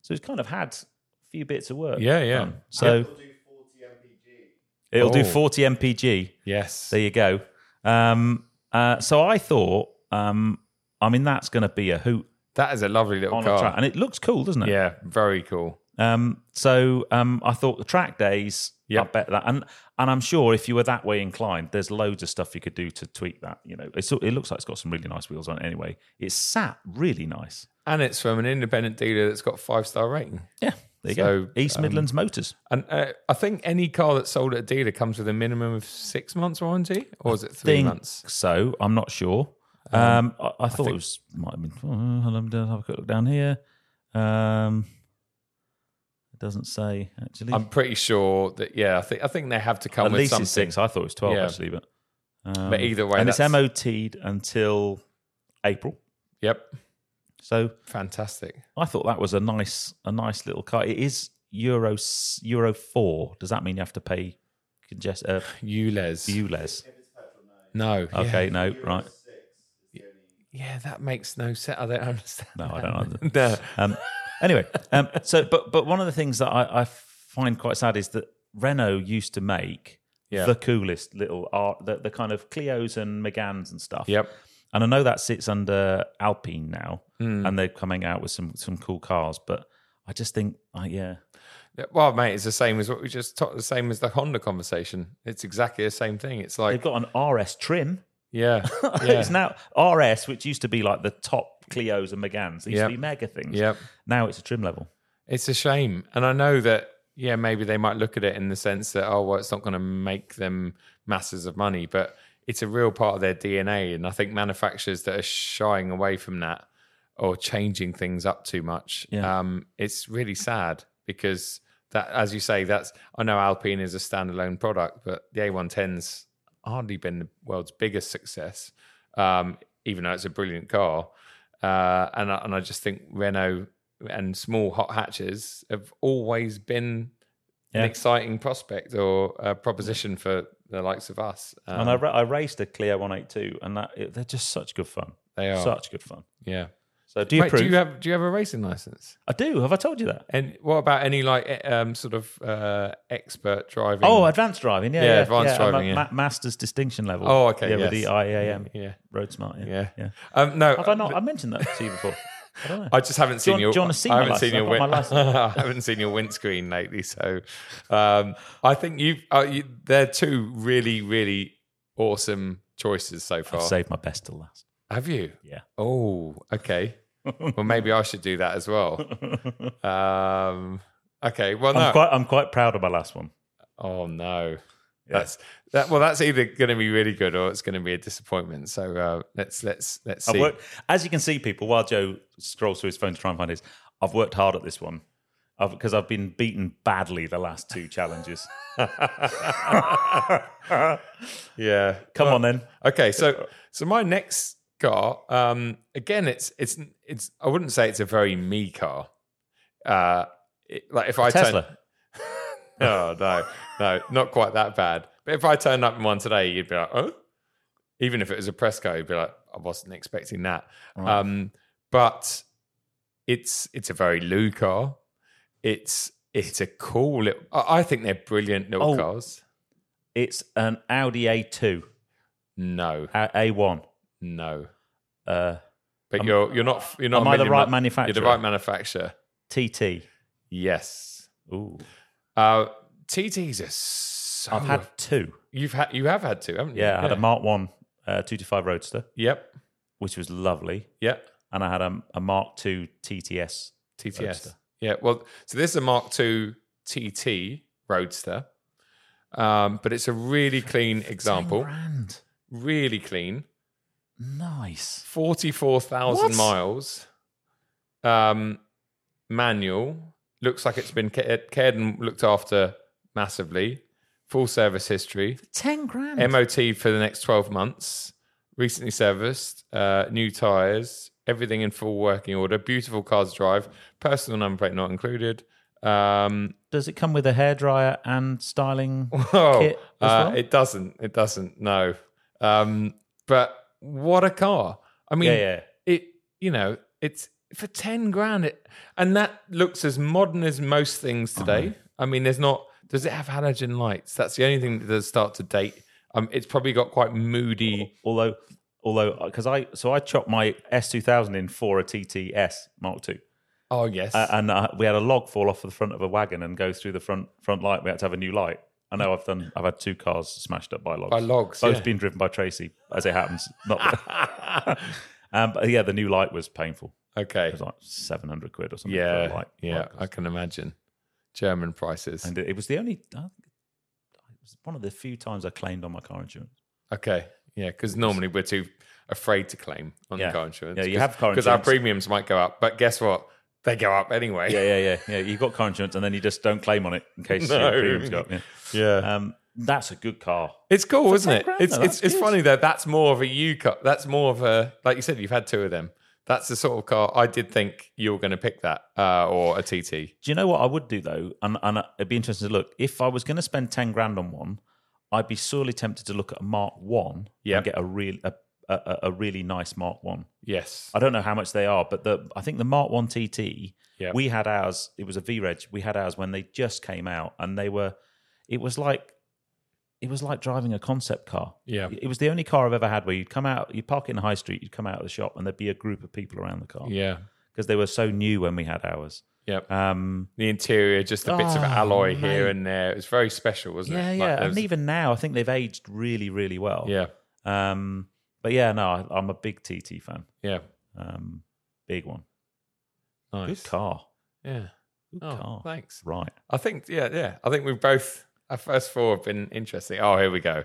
S2: so it's kind of had a few bits of work.
S1: Yeah, yeah.
S2: done. So
S3: It'll do 40 mpg.
S2: it'll do
S1: Oh.
S2: 40 mpg.
S1: Yes.
S2: There you go. Um, uh, so I thought, um, I mean, that's going to be a hoot
S1: that is a lovely little
S2: on
S1: car.
S2: a track, and it looks cool, doesn't it?
S1: Yeah. Very cool.
S2: Um, so um, I thought the track days.
S1: Yep.
S2: I bet that, and and I'm sure if you were that way inclined, there's loads of stuff you could do to tweak that. You know, it's, it looks like it's got some really nice wheels on it. Anyway, it's sat really nice.
S1: And it's from an independent dealer that's got five star rating.
S2: Yeah, there you
S1: So, um,
S2: go. East Midlands Motors.
S1: And uh, I think any car that's sold at a dealer comes with a minimum of six months warranty, or is it three
S2: think
S1: months?
S2: So I'm not sure. Um, I, I thought it was might have been. Oh, let me do- have a quick look down here. Um, it doesn't say actually.
S1: I'm pretty sure that yeah. I think I think they have to come
S2: At
S1: with
S2: least
S1: something.
S2: it's six. I thought it was twelve
S1: Yeah.
S2: actually, but um,
S1: But either way,
S2: and it's
S1: that's-
S2: MOT'd until April.
S1: Yep.
S2: So
S1: Fantastic.
S2: I thought that was a nice a nice little car. It is Euro s- Euro four. Does that mean you have to pay congest uh,
S1: ULEZ.
S2: ULEZ?
S1: no. yeah.
S2: Okay, no, right.
S1: Yeah, that makes no sense. I don't understand.
S2: No, I don't either.
S1: [LAUGHS] No.
S2: Um, anyway, um, so but but one of the things that I, I find quite sad is that Renault used to make
S1: Yeah.
S2: the coolest little art, the, the kind of Clios and Megans and stuff.
S1: Yep.
S2: And I know that sits under Alpine now,
S1: Mm.
S2: and they're coming out with some some cool cars. But I just think, uh, yeah,
S1: Well, mate, it's the same as what we just talked. The same as the Honda conversation. It's exactly the same thing. It's
S2: they've
S1: like,
S2: got an RS trim.
S1: yeah,
S2: [LAUGHS]
S1: yeah,
S2: it's now RS, which used to be like the top Clios and Megans. These used
S1: Yep.
S2: to be mega things.
S1: yep.
S2: Now it's a trim level.
S1: It's a shame, and I know that. Yeah, maybe they might look at it in the sense that oh, well, it's not going to make them masses of money, but it's a real part of their DNA, and I think manufacturers that are shying away from that or changing things up too much.
S2: Yeah.
S1: Um, it's really sad because that, as you say, that's I know Alpine is a standalone product, but the A110's hardly been the world's biggest success, um, even though it's a brilliant car. Uh, and I, and I just think Renault and small hot hatches have always been
S2: Yeah.
S1: an exciting prospect or a proposition for the likes of us. Um,
S2: and I, ra- I raced a Clio 182, and that it, they're just such good fun.
S1: they are,
S2: Such good fun.
S1: yeah.
S2: So do you
S1: Wait,
S2: approve?
S1: do you have do you have a racing license?
S2: I do. Have I told you that?
S1: And what about any like e- um, sort of uh, expert driving?
S2: Oh, advanced driving. Yeah,
S1: Yeah,
S2: yeah,
S1: advanced
S2: I'm a
S1: driving, yeah.
S2: ma- master's distinction level.
S1: Oh, okay,
S2: Yeah, with
S1: yes.
S2: the IAM
S1: yeah,
S2: Road Smart. Yeah.
S1: yeah,
S2: yeah.
S1: Um, no,
S2: Have I not? I mentioned that to
S1: [LAUGHS]
S2: you before. I don't know.
S1: I just haven't seen
S2: Do you
S1: your.
S2: want- do you want to see
S1: I
S2: my
S1: haven't
S2: license?
S1: seen your.
S2: I've got
S1: [LAUGHS]
S2: my license.
S1: I haven't seen your windscreen lately, so um, I think you've. Uh, you, they're two really, really awesome choices so far.
S2: I've saved my best till
S1: [LAUGHS]
S2: last.
S1: Have you?
S2: Yeah.
S1: Oh, okay.
S2: [LAUGHS]
S1: well, maybe I should do that as well. Um, okay. Well, no.
S2: I'm quite. I'm quite proud of my last one.
S1: Oh no. That's that. Well, that's either going to be really good or it's going to be a disappointment. So uh, let's let's let's
S2: I've
S1: see.
S2: worked, as you can see, people. While Joe scrolls through his phone to try and find his, I've worked hard at this one because I've been beaten badly the last
S1: [LAUGHS]
S2: two challenges.
S1: yeah.
S2: Come on then.
S1: Okay. So so my next car, um, again, it's it's it's. I wouldn't say it's a very me car. Uh, it- like if I turn-
S2: Tesla.
S1: [LAUGHS] Oh no, no, not quite that bad. But if I turned up in one today, you'd be like, oh. Even if it was a Presco, you'd be like, I wasn't expecting that. Um, but it's it's a very Lou car. It's it's a cool. Little, I I think they're brilliant little
S2: Oh.
S1: cars.
S2: It's an Audi A2,
S1: No,
S2: A- A1.
S1: no.
S2: Uh,
S1: But you're you're not you're not.
S2: am
S1: a
S2: I the
S1: million
S2: right
S1: mi- You're the
S2: manufacturer?
S1: right manufacturer.
S2: TT.
S1: Yes.
S2: Ooh,
S1: Uh, TTs are so.
S2: I've had two.
S1: you've had you have had to, haven't you?
S2: Yeah, I had a Mark One uh, two to five Roadster,
S1: Yep.
S2: which was lovely,
S1: Yep.
S2: and I had a, a Mark Two TTS.
S1: TTS.
S2: Roadster.
S1: Yeah. Well, so this is a Mark II TT Roadster, um, but it's a really clean example.
S2: Grand,
S1: Really clean.
S2: nice.
S1: Forty-four
S2: What?
S1: thousand miles. Um, manual. Looks like it's been ca- cared and looked after massively. Full service history.
S2: Ten grand.
S1: MOT for the next 12 months, recently serviced, uh, new tyres, everything in full working order, beautiful cars to drive, personal number plate not included. Um,
S2: Does it come with a hairdryer
S1: [LAUGHS]
S2: and styling?
S1: oh,
S2: Kit as
S1: uh,
S2: well?
S1: it doesn't. It doesn't, no. Um, but what a car. I mean,
S2: yeah, yeah.
S1: it you know it's for 10 grand it, and that looks as modern as most things today i mean there's not does it have halogen lights that's the only thing that does start to date um it's probably got quite moody
S2: Although, although, because I so I chopped my S two thousand in for a TTS Mark Two,
S1: oh yes
S2: uh, and uh, we had a log fall off the front of a wagon and go through the front front light. We had to have a new light. I know I've done. I've had two cars smashed up by logs.
S1: by logs
S2: Both
S1: yeah.
S2: being driven by Tracy, as it happens.
S1: [LAUGHS]
S2: Not. [LAUGHS] um, but yeah, the new light was painful. It
S1: okay
S2: was like seven hundred quid or something.
S1: yeah
S2: for a light,
S1: yeah
S2: light cost.
S1: i can imagine german prices
S2: and it, it was the only. I think it was one of the few times I claimed on my car insurance.
S1: okay yeah because normally we're too afraid to claim on
S2: Yeah.
S1: car insurance
S2: Yeah, you have car
S1: because our
S2: insurance.
S1: premiums might go up but guess what they go up anyway
S2: Yeah, yeah, yeah, yeah. You got car insurance, and then you just don't claim on it in
S1: [LAUGHS]
S2: case
S1: No.
S2: your premiums go up. Yeah.
S1: yeah
S2: Um, that's a good car.
S1: It's cool, isn't
S2: 10
S1: it?
S2: grand,
S1: it's
S2: though,
S1: it's,
S2: that's
S1: it's
S2: good.
S1: funny though. That's more of a you car. That's more of a like you said. You've had two of them. That's the sort of car I did think you were going to pick that uh, or a TT.
S2: Do you know what I would do though? And and it'd be interesting to look. If I was going to spend ten grand on one, I'd be sorely tempted to look at a Mark One
S1: Yep.
S2: and get a real a, a- a, a really nice Mark One.
S1: Yes.
S2: I don't know how much they are, but the I think the Mark One TT
S1: Yep.
S2: we had ours. It was a V Reg. We had ours when they just came out, and they were. It was like, it was like driving a concept car.
S1: Yeah.
S2: It was the only car I've ever had where you'd come out, you'd park it in the high street, you'd come out of the shop, and there'd be a group of people around the car because
S1: Yeah.
S2: they were so new when we had ours.
S1: Yep.
S2: Um,
S1: the interior, just the bits of
S2: Oh,
S1: alloy here
S2: mate.
S1: and there. It was very special, wasn't
S2: yeah,
S1: it?
S2: yeah,
S1: Like, there
S2: and
S1: was-
S2: even now, I think they've aged really, really well.
S1: yeah.
S2: Um, but yeah, no, I, I'm a big TT fan.
S1: Yeah.
S2: Um, big one.
S1: Nice.
S2: Good car.
S1: Yeah.
S2: Good
S1: Oh,
S2: car.
S1: thanks.
S2: Right.
S1: I think. Yeah. Yeah. I think we've both. Our first four have been interesting. Oh, here we
S2: [SIGHS]
S1: go.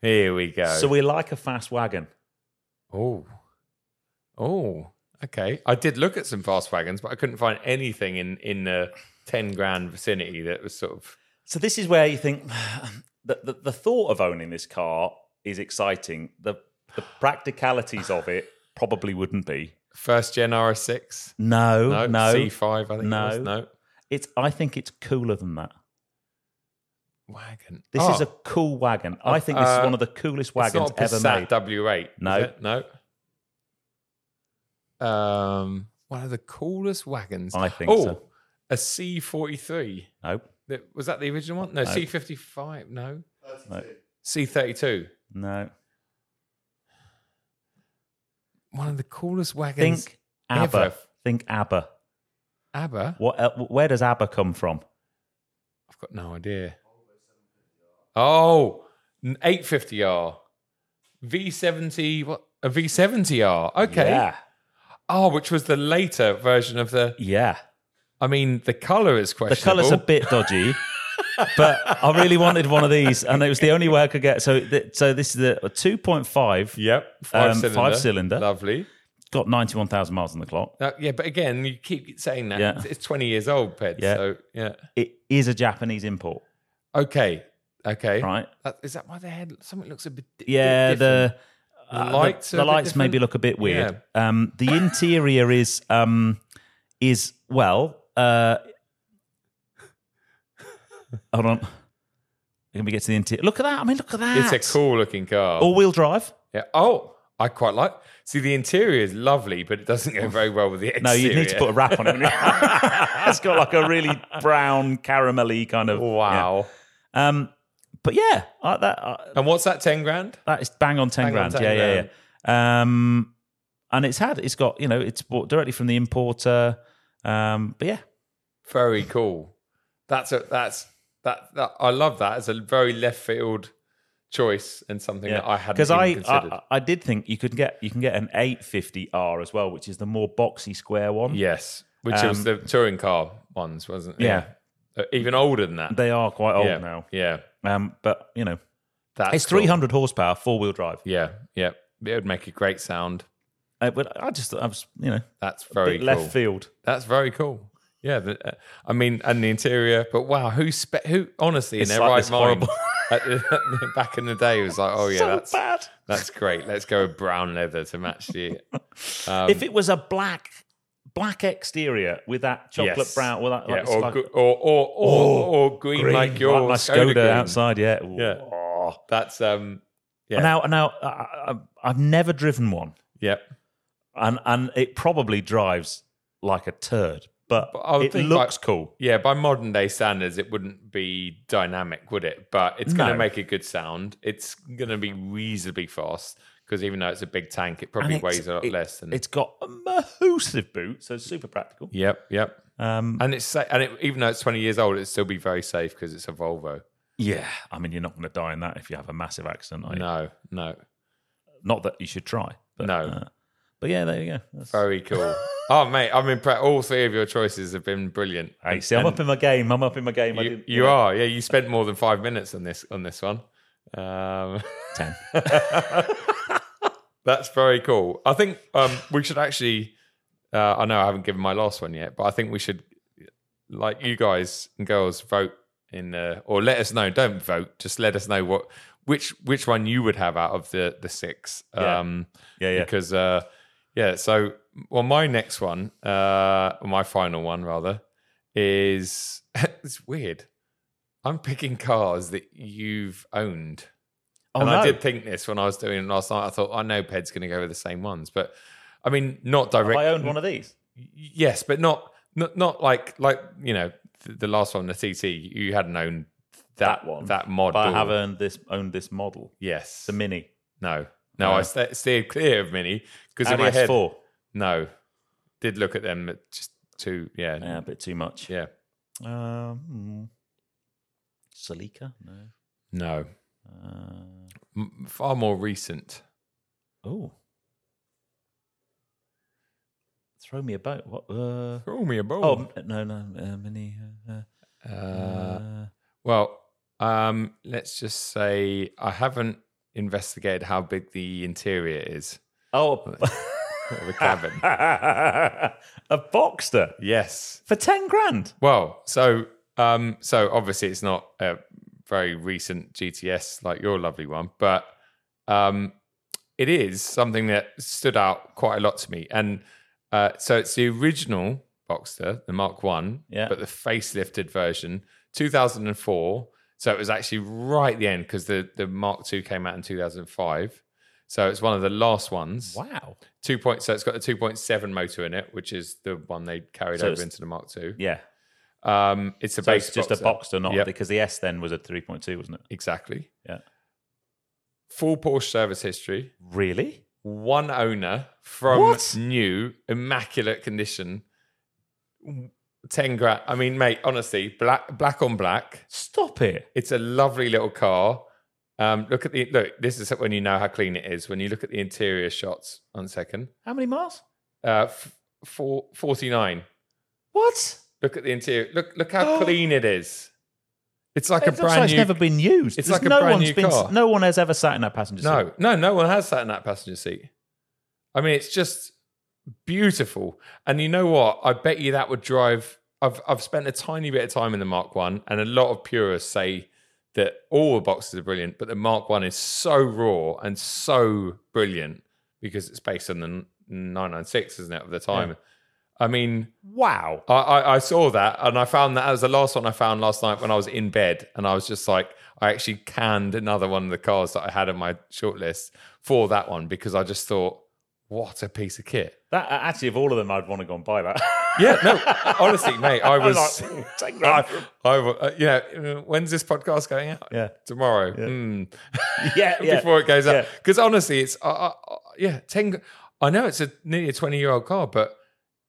S1: Here we go.
S2: So we like a fast wagon.
S1: oh. Oh. Okay. I did look at some fast wagons, but I couldn't find anything in in the ten grand vicinity that was sort of
S2: So this is where you think [SIGHS] the, the, the thought of owning this car is exciting. The the practicalities of it probably wouldn't be.
S1: first gen RS6.
S2: No,
S1: No,
S2: no,
S1: C5. I think it was.
S2: No.
S1: no
S2: It's I think it's cooler than that.
S1: wagon.
S2: This is
S1: Oh,
S2: a cool wagon. I think this is
S1: uh,
S2: one of the coolest
S1: it's
S2: wagons
S1: not a
S2: ever
S1: Passat
S2: made.
S1: W8. is
S2: No.
S1: it? no. Um, one of the coolest wagons.
S2: I think
S1: oh,
S2: so.
S1: a C43.
S2: No,
S1: That- Was that the original one? No,
S2: No.
S1: C55. No,
S3: 32.
S1: C32.
S2: no.
S1: One of the coolest wagons.
S2: Think ABBA.
S1: ever.
S2: Think ABBA.
S1: ABBA.
S2: What? Uh, where does ABBA come from?
S1: I've got no idea. Oh, an 850R. V70, what? A V70R. Okay.
S2: Yeah.
S1: Oh, which was the later version of the.
S2: Yeah.
S1: I mean, the color is
S2: The
S1: questionable.
S2: colour's a bit
S1: [LAUGHS]
S2: dodgy, but I really wanted one of these, and it was the only way I could get. So, th- so this is the 2.5.
S1: Yep, five
S2: Um,
S1: cylinder.
S2: five-cylinder.
S1: Lovely.
S2: Got 91,000 miles on the clock.
S1: Now, yeah, but again, you keep saying that
S2: Yeah.
S1: It's- it's twenty years old, Ped.
S2: Yeah.
S1: So yeah.
S2: It is a Japanese import,
S1: Okay. Okay.
S2: right?
S1: That, is that why the head? Something looks a bit. di-
S2: Yeah.
S1: bit
S2: The,
S1: different?
S2: uh,
S1: The lights
S2: The,
S1: are a bit
S2: lights maybe
S1: different?
S2: look a bit weird. Um, the interior is um, is well. Uh, hold on. Let me get to the interior. Look at that. I mean, look at that.
S1: It's a cool looking car.
S2: all wheel drive.
S1: Yeah. Oh, I quite like. See, the interior is lovely, but it doesn't go very well with the
S2: No,
S1: exterior.
S2: you need to put a
S1: [LAUGHS]
S2: wrap on it. it's got like a really brown caramelly kind of.
S1: Wow.
S2: yeah. Um, but yeah, I, that I,
S1: And what's that? Ten grand?
S2: that is bang on ten
S1: Bang on
S2: grand.
S1: 10
S2: yeah, yeah, yeah. Um, and it's had, it's got, you know, it's bought directly from the importer. Um, but yeah,
S1: Very cool. That's a that's that, that I love that. It's a very left field choice and something that I hadn't
S2: because
S1: even
S2: I,
S1: considered.
S2: I I did think you could get you can get an 850R as well, which is the more boxy square one.
S1: Yes, which was
S2: Um,
S1: the touring car ones, wasn't it?
S2: Yeah.
S1: Uh, even older than that.
S2: they are quite old
S1: yeah.
S2: now.
S1: Yeah,
S2: Um, but you know,
S1: that's
S2: it's
S1: cool.
S2: 300 horsepower, four wheel drive.
S1: Yeah, yeah, it would make a great sound.
S2: Uh, but I just, I was, you know,
S1: That's very
S2: bit
S1: cool.
S2: left field.
S1: That's very cool. Yeah, the, uh, I mean, and the interior, but wow, who spe- who honestly
S2: It's
S1: in their
S2: like
S1: right
S2: this
S1: mind [LAUGHS]
S2: horrible-
S1: at the- back in the day was like, oh yeah,
S2: so
S1: that's
S2: bad.
S1: that's great. Let's go with brown leather to match
S2: [LAUGHS]
S1: the. um,
S2: if it was a black black exterior with that chocolate
S1: Yes.
S2: brown, well, that,
S1: Yeah,
S2: like,
S1: or,
S2: like Oh,
S1: gr- or, or, or, or green,
S2: green,
S1: like your
S2: my
S1: Skoda,
S2: Skoda,
S1: green.
S2: outside, yeah.
S1: Yeah.
S2: Oh.
S1: That's um, yeah,
S2: Now, now I, I, I've never driven one,
S1: yep.
S2: and and it probably drives like a turd, but,
S1: I would
S2: it
S1: think,
S2: looks
S1: like-
S2: cool.
S1: Yeah, by modern day standards, it wouldn't be dynamic, would it? But it's going to
S2: No.
S1: make a good sound. It's going to be reasonably fast because even though it's a big tank, it probably
S2: it's-
S1: weighs a lot
S2: it-
S1: less than.
S2: It's got a massive boot, so it's super practical.
S1: yep, yep.
S2: Um,
S1: And it's sa- and it, even though it's twenty years old, it'd still be very safe because it's a Volvo.
S2: yeah, I mean, you're not going to die in that if you have a massive accident. Are you?
S1: No, no,
S2: Not that you should try. But,
S1: No.
S2: uh, but yeah, there you go. That's-
S1: very
S2: [LAUGHS]
S1: cool. oh mate, I'm impressed. All three of your choices have been brilliant.
S2: Hey, see, I'm up in my game. I'm up in my game. I
S1: You,
S2: didn't,
S1: you are, yeah. You spent more than five minutes on this on this one. Um,
S2: ten.
S1: That's very cool. I think um, we should actually. Uh, I know I haven't given my last one yet, but I think we should, like you guys and girls, vote in the or let us know. Don't vote. Just let us know what which which one you would have out of the the six.
S2: Yeah.
S1: Um,
S2: Yeah, yeah.
S1: Because uh, yeah. So well, my next one, uh, my final one rather, is [LAUGHS] it's weird. I'm picking cars that you've owned
S2: Oh,
S1: and
S2: no.
S1: I did think this when I was doing it last night. I thought, I know Ped's going to go with the same ones, but I mean, not direct.
S2: I owned one of these.
S1: yes, but not not not like like you know the, the last one, the TT. You hadn't owned that,
S2: That one.
S1: that mod.
S2: But I
S1: ball.
S2: have owned this owned this model,
S1: Yes,
S2: the Mini.
S1: no, no. I
S2: No.
S1: sta- steered clear of Mini because in
S2: And
S1: my head,
S2: S4.
S1: no, did look at them but just too. Yeah,
S2: Yeah, a bit too much.
S1: yeah,
S2: Um, Salika? No.
S1: no.
S2: Uh,
S1: M- far more recent.
S2: oh. Throw me a boat. What? Uh,
S1: Throw me a
S2: oh,
S1: bone.
S2: m- no, no. Uh, mini. Uh,
S1: Uh,
S2: uh,
S1: Well, um, let's just [LAUGHS] say I haven't investigated how big the interior is.
S2: oh.
S1: of a cabin.
S2: [LAUGHS] a Boxster
S1: yes.
S2: for 10 grand.
S1: Well, so um, so obviously it's not a very recent GTS like your lovely one, but um, it is something that stood out quite a lot to me. And uh, so it's the original Boxster, the Mark One,
S2: Yeah.
S1: but the facelifted version, 2004. So it was actually right at the end because the the Mark Two came out in 2005. So it's one of the last ones.
S2: Wow.
S1: Two point, so it's got the 2.7 motor in it, which is the one they carried
S2: So
S1: over
S2: it's-
S1: into the Mark Two.
S2: Yeah.
S1: Um, it's a
S2: So
S1: base
S2: it's just
S1: boxer.
S2: a Boxster, not
S1: Yep.
S2: because the S then was a 3.2, wasn't it?
S1: Exactly.
S2: Yeah.
S1: Full Porsche service history.
S2: Really?
S1: One owner from
S2: What?
S1: new, immaculate condition. Ten grand. I mean, mate, honestly, black black on black.
S2: Stop it.
S1: It's a lovely little car. Um, look at the look. This is when you know how clean it is. When you look at the interior shots. One second.
S2: How many miles?
S1: Uh, f- four, 49.
S2: What?
S1: Look at the interior. Look look
S2: [GASPS]
S1: how clean it is. It's like
S2: It
S1: a
S2: looks like
S1: brand
S2: it's
S1: new
S2: never been used.
S1: It's
S2: There's
S1: like a
S2: no
S1: brand
S2: one's
S1: new
S2: been,
S1: car.
S2: No one has ever sat in that passenger seat.
S1: No, no, no one has sat in that passenger seat. I mean, it's just beautiful. And you know what? I bet you that would drive. I've I've spent a tiny bit of time in the Mark One, and a lot of purists say that all the boxes are brilliant, but the Mark One is so raw and so brilliant because it's based on the 996, isn't it, of the time? I mean,
S2: Wow.
S1: I, I, I saw that and I found that as the last one I found last night when I was in bed and I was just like, I actually canned another one of the cars that I had in my shortlist for that one because I just thought, what a piece of kit.
S2: That uh, actually, of all of them, I'd want to go and buy that. [LAUGHS]
S1: Yeah, no, honestly, mate, I
S2: I was
S1: was, [LAUGHS]
S2: like, [LAUGHS] "Take
S1: I,
S2: that."
S1: I, wa- uh, you know, uh, when's this podcast going out?
S2: Yeah.
S1: Tomorrow. Hmm.
S2: Yeah, yeah.
S1: Before it goes out.
S2: Yeah.
S1: Because honestly, it's, uh, uh, uh, yeah, 10, gr- I know it's a nearly a 20 year old car, but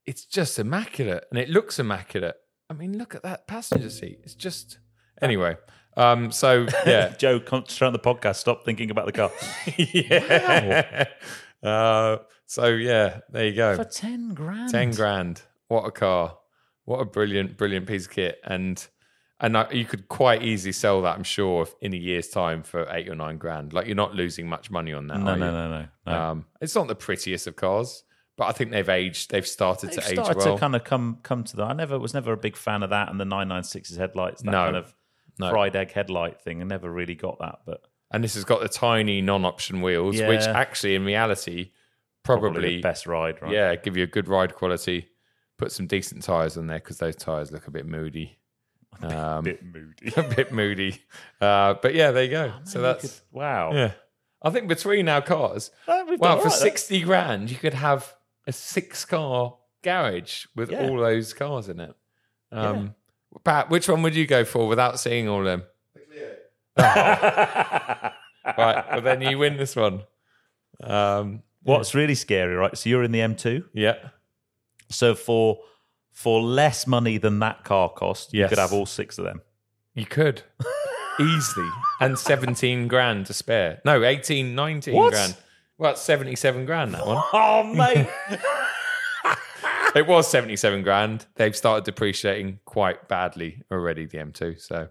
S1: it's just immaculate and it looks immaculate. I mean, look at that passenger seat. It's just anyway. Um, so
S2: [LAUGHS]
S1: yeah,
S2: Joe, concentrate on the podcast. Stop thinking about the
S1: [LAUGHS]
S2: car.
S1: yeah. Uh, so yeah, there you go.
S2: For 10 grand.
S1: Ten grand. What a car! What a brilliant, brilliant piece of kit. And and I, you could quite easily sell that, I'm sure, if, in a year's time for eight or nine grand. Like you're not losing much money on that.
S2: No,
S1: are
S2: no,
S1: you?
S2: no, no. no.
S1: Um, it's not the prettiest of cars, but I think they've aged. They've started
S2: They've
S1: to age
S2: started
S1: well.
S2: to kind of come come to that. I never was never a big fan of that and the 996's headlights, that
S1: No.
S2: kind of
S1: No.
S2: fried egg headlight thing. I never really got that, but
S1: and this has got the tiny non-option wheels, which
S2: Yeah.
S1: actually, in reality,
S2: probably,
S1: probably,
S2: the best ride, right?
S1: yeah, give you a good ride quality. Put some decent tires on there because those tires look a bit
S2: [LAUGHS]
S1: moody,
S2: A
S1: um, [LAUGHS]
S2: bit moody.
S1: a bit moody. Uh, but yeah, there you go. so
S2: Oh, [LAUGHS] You could-
S1: that's
S2: wow.
S1: yeah. I think between our cars,
S2: Uh, we've
S1: wow,
S2: done
S1: for
S2: all right there.
S1: sixty grand, you could have a six-car garage with
S2: Yeah.
S1: all those cars in it. Um, Pat, which one would you go for without seeing all of them?
S3: The Clio.
S1: Right, well then you win this one. Um,
S2: [LAUGHS] What's really scary, right? So you're in the M2.
S1: yeah.
S2: So for for less money than that car cost, you
S1: Yes.
S2: could have all six of them.
S1: You
S2: [LAUGHS]
S1: could easily, and seventeen grand to spare. No, 18, 19
S2: What?
S1: grand. Well, it's seventy-seven grand that one.
S2: Oh mate,
S1: it was seventy-seven grand. They've started depreciating quite badly already. The M2, so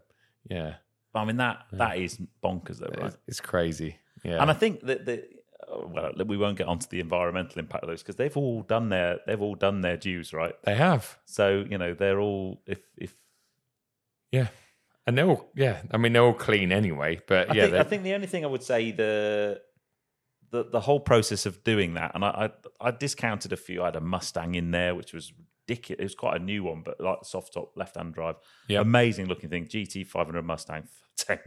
S1: yeah,
S2: [LAUGHS] I mean that that is bonkers though, right?
S1: it's, it's crazy. Yeah,
S2: And I think that the oh, well, we won't get onto the environmental impact of those because they've all done their they've all done their dues, right?
S1: they have.
S2: So you know they're all if if
S1: Yeah, and they're all yeah. I mean, they're all clean anyway. But
S2: I,
S1: yeah,
S2: think,
S1: they-
S2: I think the only thing I would say the the the whole process of doing that, and I I, I discounted a few. I had a Mustang in there, which was ridiculous. It was quite a new one, but like soft top left hand drive,
S1: Yep.
S2: amazing looking thing. GT 500 Mustang for [LAUGHS] ten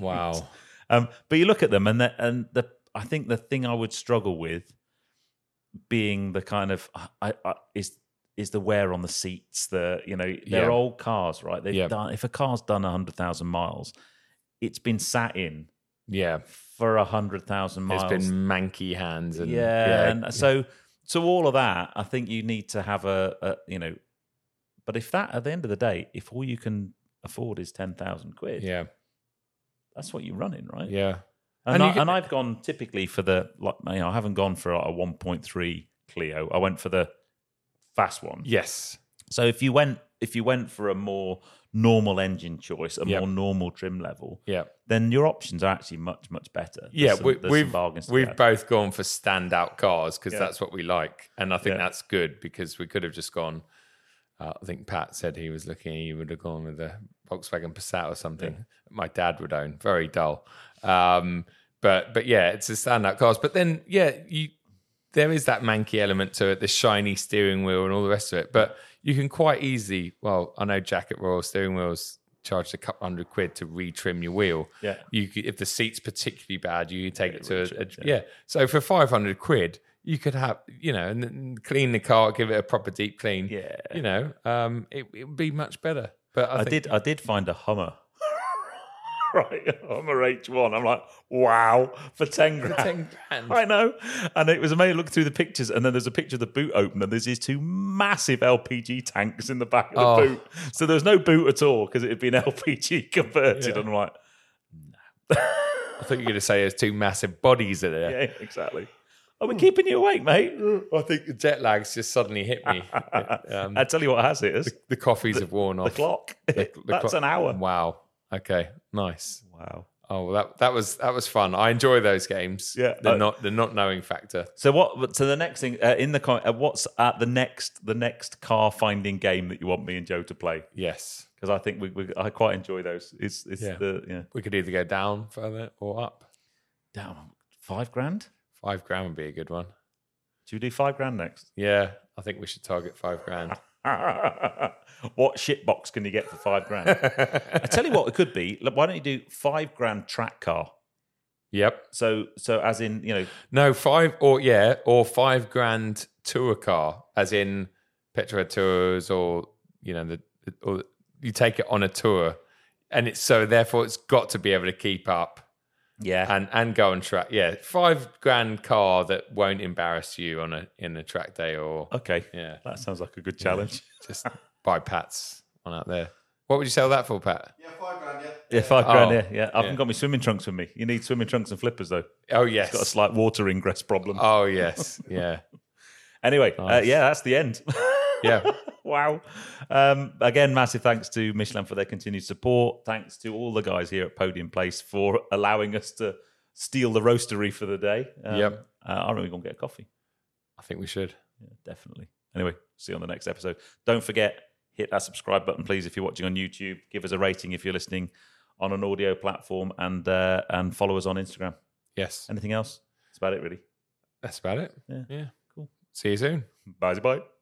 S1: [LAUGHS] wow.
S2: Um, but you look at them, and the, and the I think the thing I would struggle with being the kind of I, I, is is the wear on the seats. The you know they're
S1: Yeah.
S2: old cars, right? They've
S1: Yeah.
S2: done if a car's done hundred thousand miles, it's been sat in
S1: Yeah,
S2: for hundred thousand
S1: it's
S2: miles.
S1: been manky hands and
S2: yeah, and so so all of that, I think you need to have a, a you know. But if that at the end of the day, if all you can afford is ten thousand quid,
S1: yeah,
S2: that's what you're running, right?
S1: yeah.
S2: And,
S1: And
S2: I,
S1: you get-
S2: and I've gone typically for the like you know, I haven't gone for a 1.3 Clio. I went for the fast one.
S1: Yes.
S2: So if you went if you went for a more normal engine choice, a
S1: Yeah.
S2: more normal trim level,
S1: Yeah.
S2: then your options are actually much much better. There's
S1: Yeah,
S2: some-
S1: we,
S2: there's some
S1: we've
S2: bargains to
S1: we've
S2: go.
S1: both gone for standout cars because
S2: Yeah.
S1: that's what we like, and I think
S2: Yeah.
S1: that's good because we could have just gone. Uh, I think Pat said he was looking. He would have gone with a Volkswagen Passat or something. My dad would own. Very dull. Um, but but yeah, it's a standout cars. But then yeah, you there is that manky element to it, the shiny steering wheel and all the rest of it. But you can quite easily. Well, I know Jacket Royal steering wheels charged a couple hundred quid to retrim your wheel
S2: yeah.
S1: you could, if the seat's particularly bad, you take it to a, a yeah. So for five hundred quid, you could have you know and, and clean the car, give it a proper deep clean.
S2: Yeah.
S1: you know, um, it it would be much better. But I,
S2: I
S1: think,
S2: did. I did find a Hummer. [LAUGHS] right, a Hummer H one. I'm like, wow, for ten grand.
S1: ten
S2: [LAUGHS]
S1: grand.
S2: I know, and it was amazing. Look through the pictures, and then there's a picture of the boot opener. There's these two massive LPG tanks in the back of
S1: Oh.
S2: the boot, so there's no boot at all because it had been [LAUGHS] LPG converted.
S1: Yeah.
S2: And I'm like,
S1: I thought you were going to say there's two massive bodies in there.
S2: yeah, exactly. Are we keeping you awake, mate?
S1: I think the jet lags just suddenly hit
S2: [LAUGHS]
S1: me. um,
S2: I tell you what has it is
S1: the coffees have worn
S2: the
S1: off.
S2: clock.
S1: [LAUGHS] The
S2: That's
S1: clock-
S2: an hour.
S1: Wow. Okay. Nice.
S2: Wow.
S1: Oh well, that that was that was fun. I enjoy those games.
S2: Yeah.
S1: The
S2: Uh,
S1: not the not knowing factor.
S2: So what? So the next thing uh, in the com- uh, what's at the next the next car finding game that you want me and Joe to play?
S1: Yes.
S2: Because I think we, we I quite enjoy those. It's it's
S1: Yeah.
S2: the yeah
S1: We could either go down further or up.
S2: down five grand.
S1: Five grand would be a good one.
S2: Should we do five grand next? [LAUGHS]
S1: Yeah, I think we should target five grand.
S2: what shit box can you get for five grand? I tell you what, it could be. Look, why don't you do five grand track car?
S1: yep.
S2: So so as in you know
S1: No, five or yeah, or five grand tour car, as in Petra tours, or you know, the or you take it on a tour, and it's so therefore it's got to be able to keep up
S2: yeah
S1: and and go on track. Yeah, five grand car that won't embarrass you on a in a track day or
S2: okay
S1: yeah,
S2: that sounds like a good challenge.
S1: just buy Pat's one out there. What would you sell that for, Pat?
S3: Yeah, five grand, yeah.
S2: Yeah, five grand.
S1: Oh,
S2: Yeah, yeah. I haven't
S1: yeah.
S2: got my swimming trunks with me. You need swimming trunks and flippers though.
S1: Oh yes,
S2: Got a slight water ingress problem.
S1: oh yes, yeah,
S2: Anyway, uh,
S1: Nice.
S2: yeah, that's the end.
S1: yeah.
S2: wow. Um, again, massive thanks to Michelin for their continued support. Thanks to all the guys here at Podium Place for allowing us to steal the roastery for the day. Um,
S1: Yep.
S2: Uh, I reckon we're going to get a coffee.
S1: I think we should.
S2: Yeah, definitely. Anyway, see you on the next episode. Don't forget, hit that subscribe button, please, if you're watching on YouTube. Give us a rating if you're listening on an audio platform and, uh, and follow us on Instagram.
S1: Yes.
S2: Anything else? That's about it, really.
S1: That's about it.
S2: Yeah.
S1: Yeah.
S2: Cool.
S1: See you soon.
S2: Bye. Bye.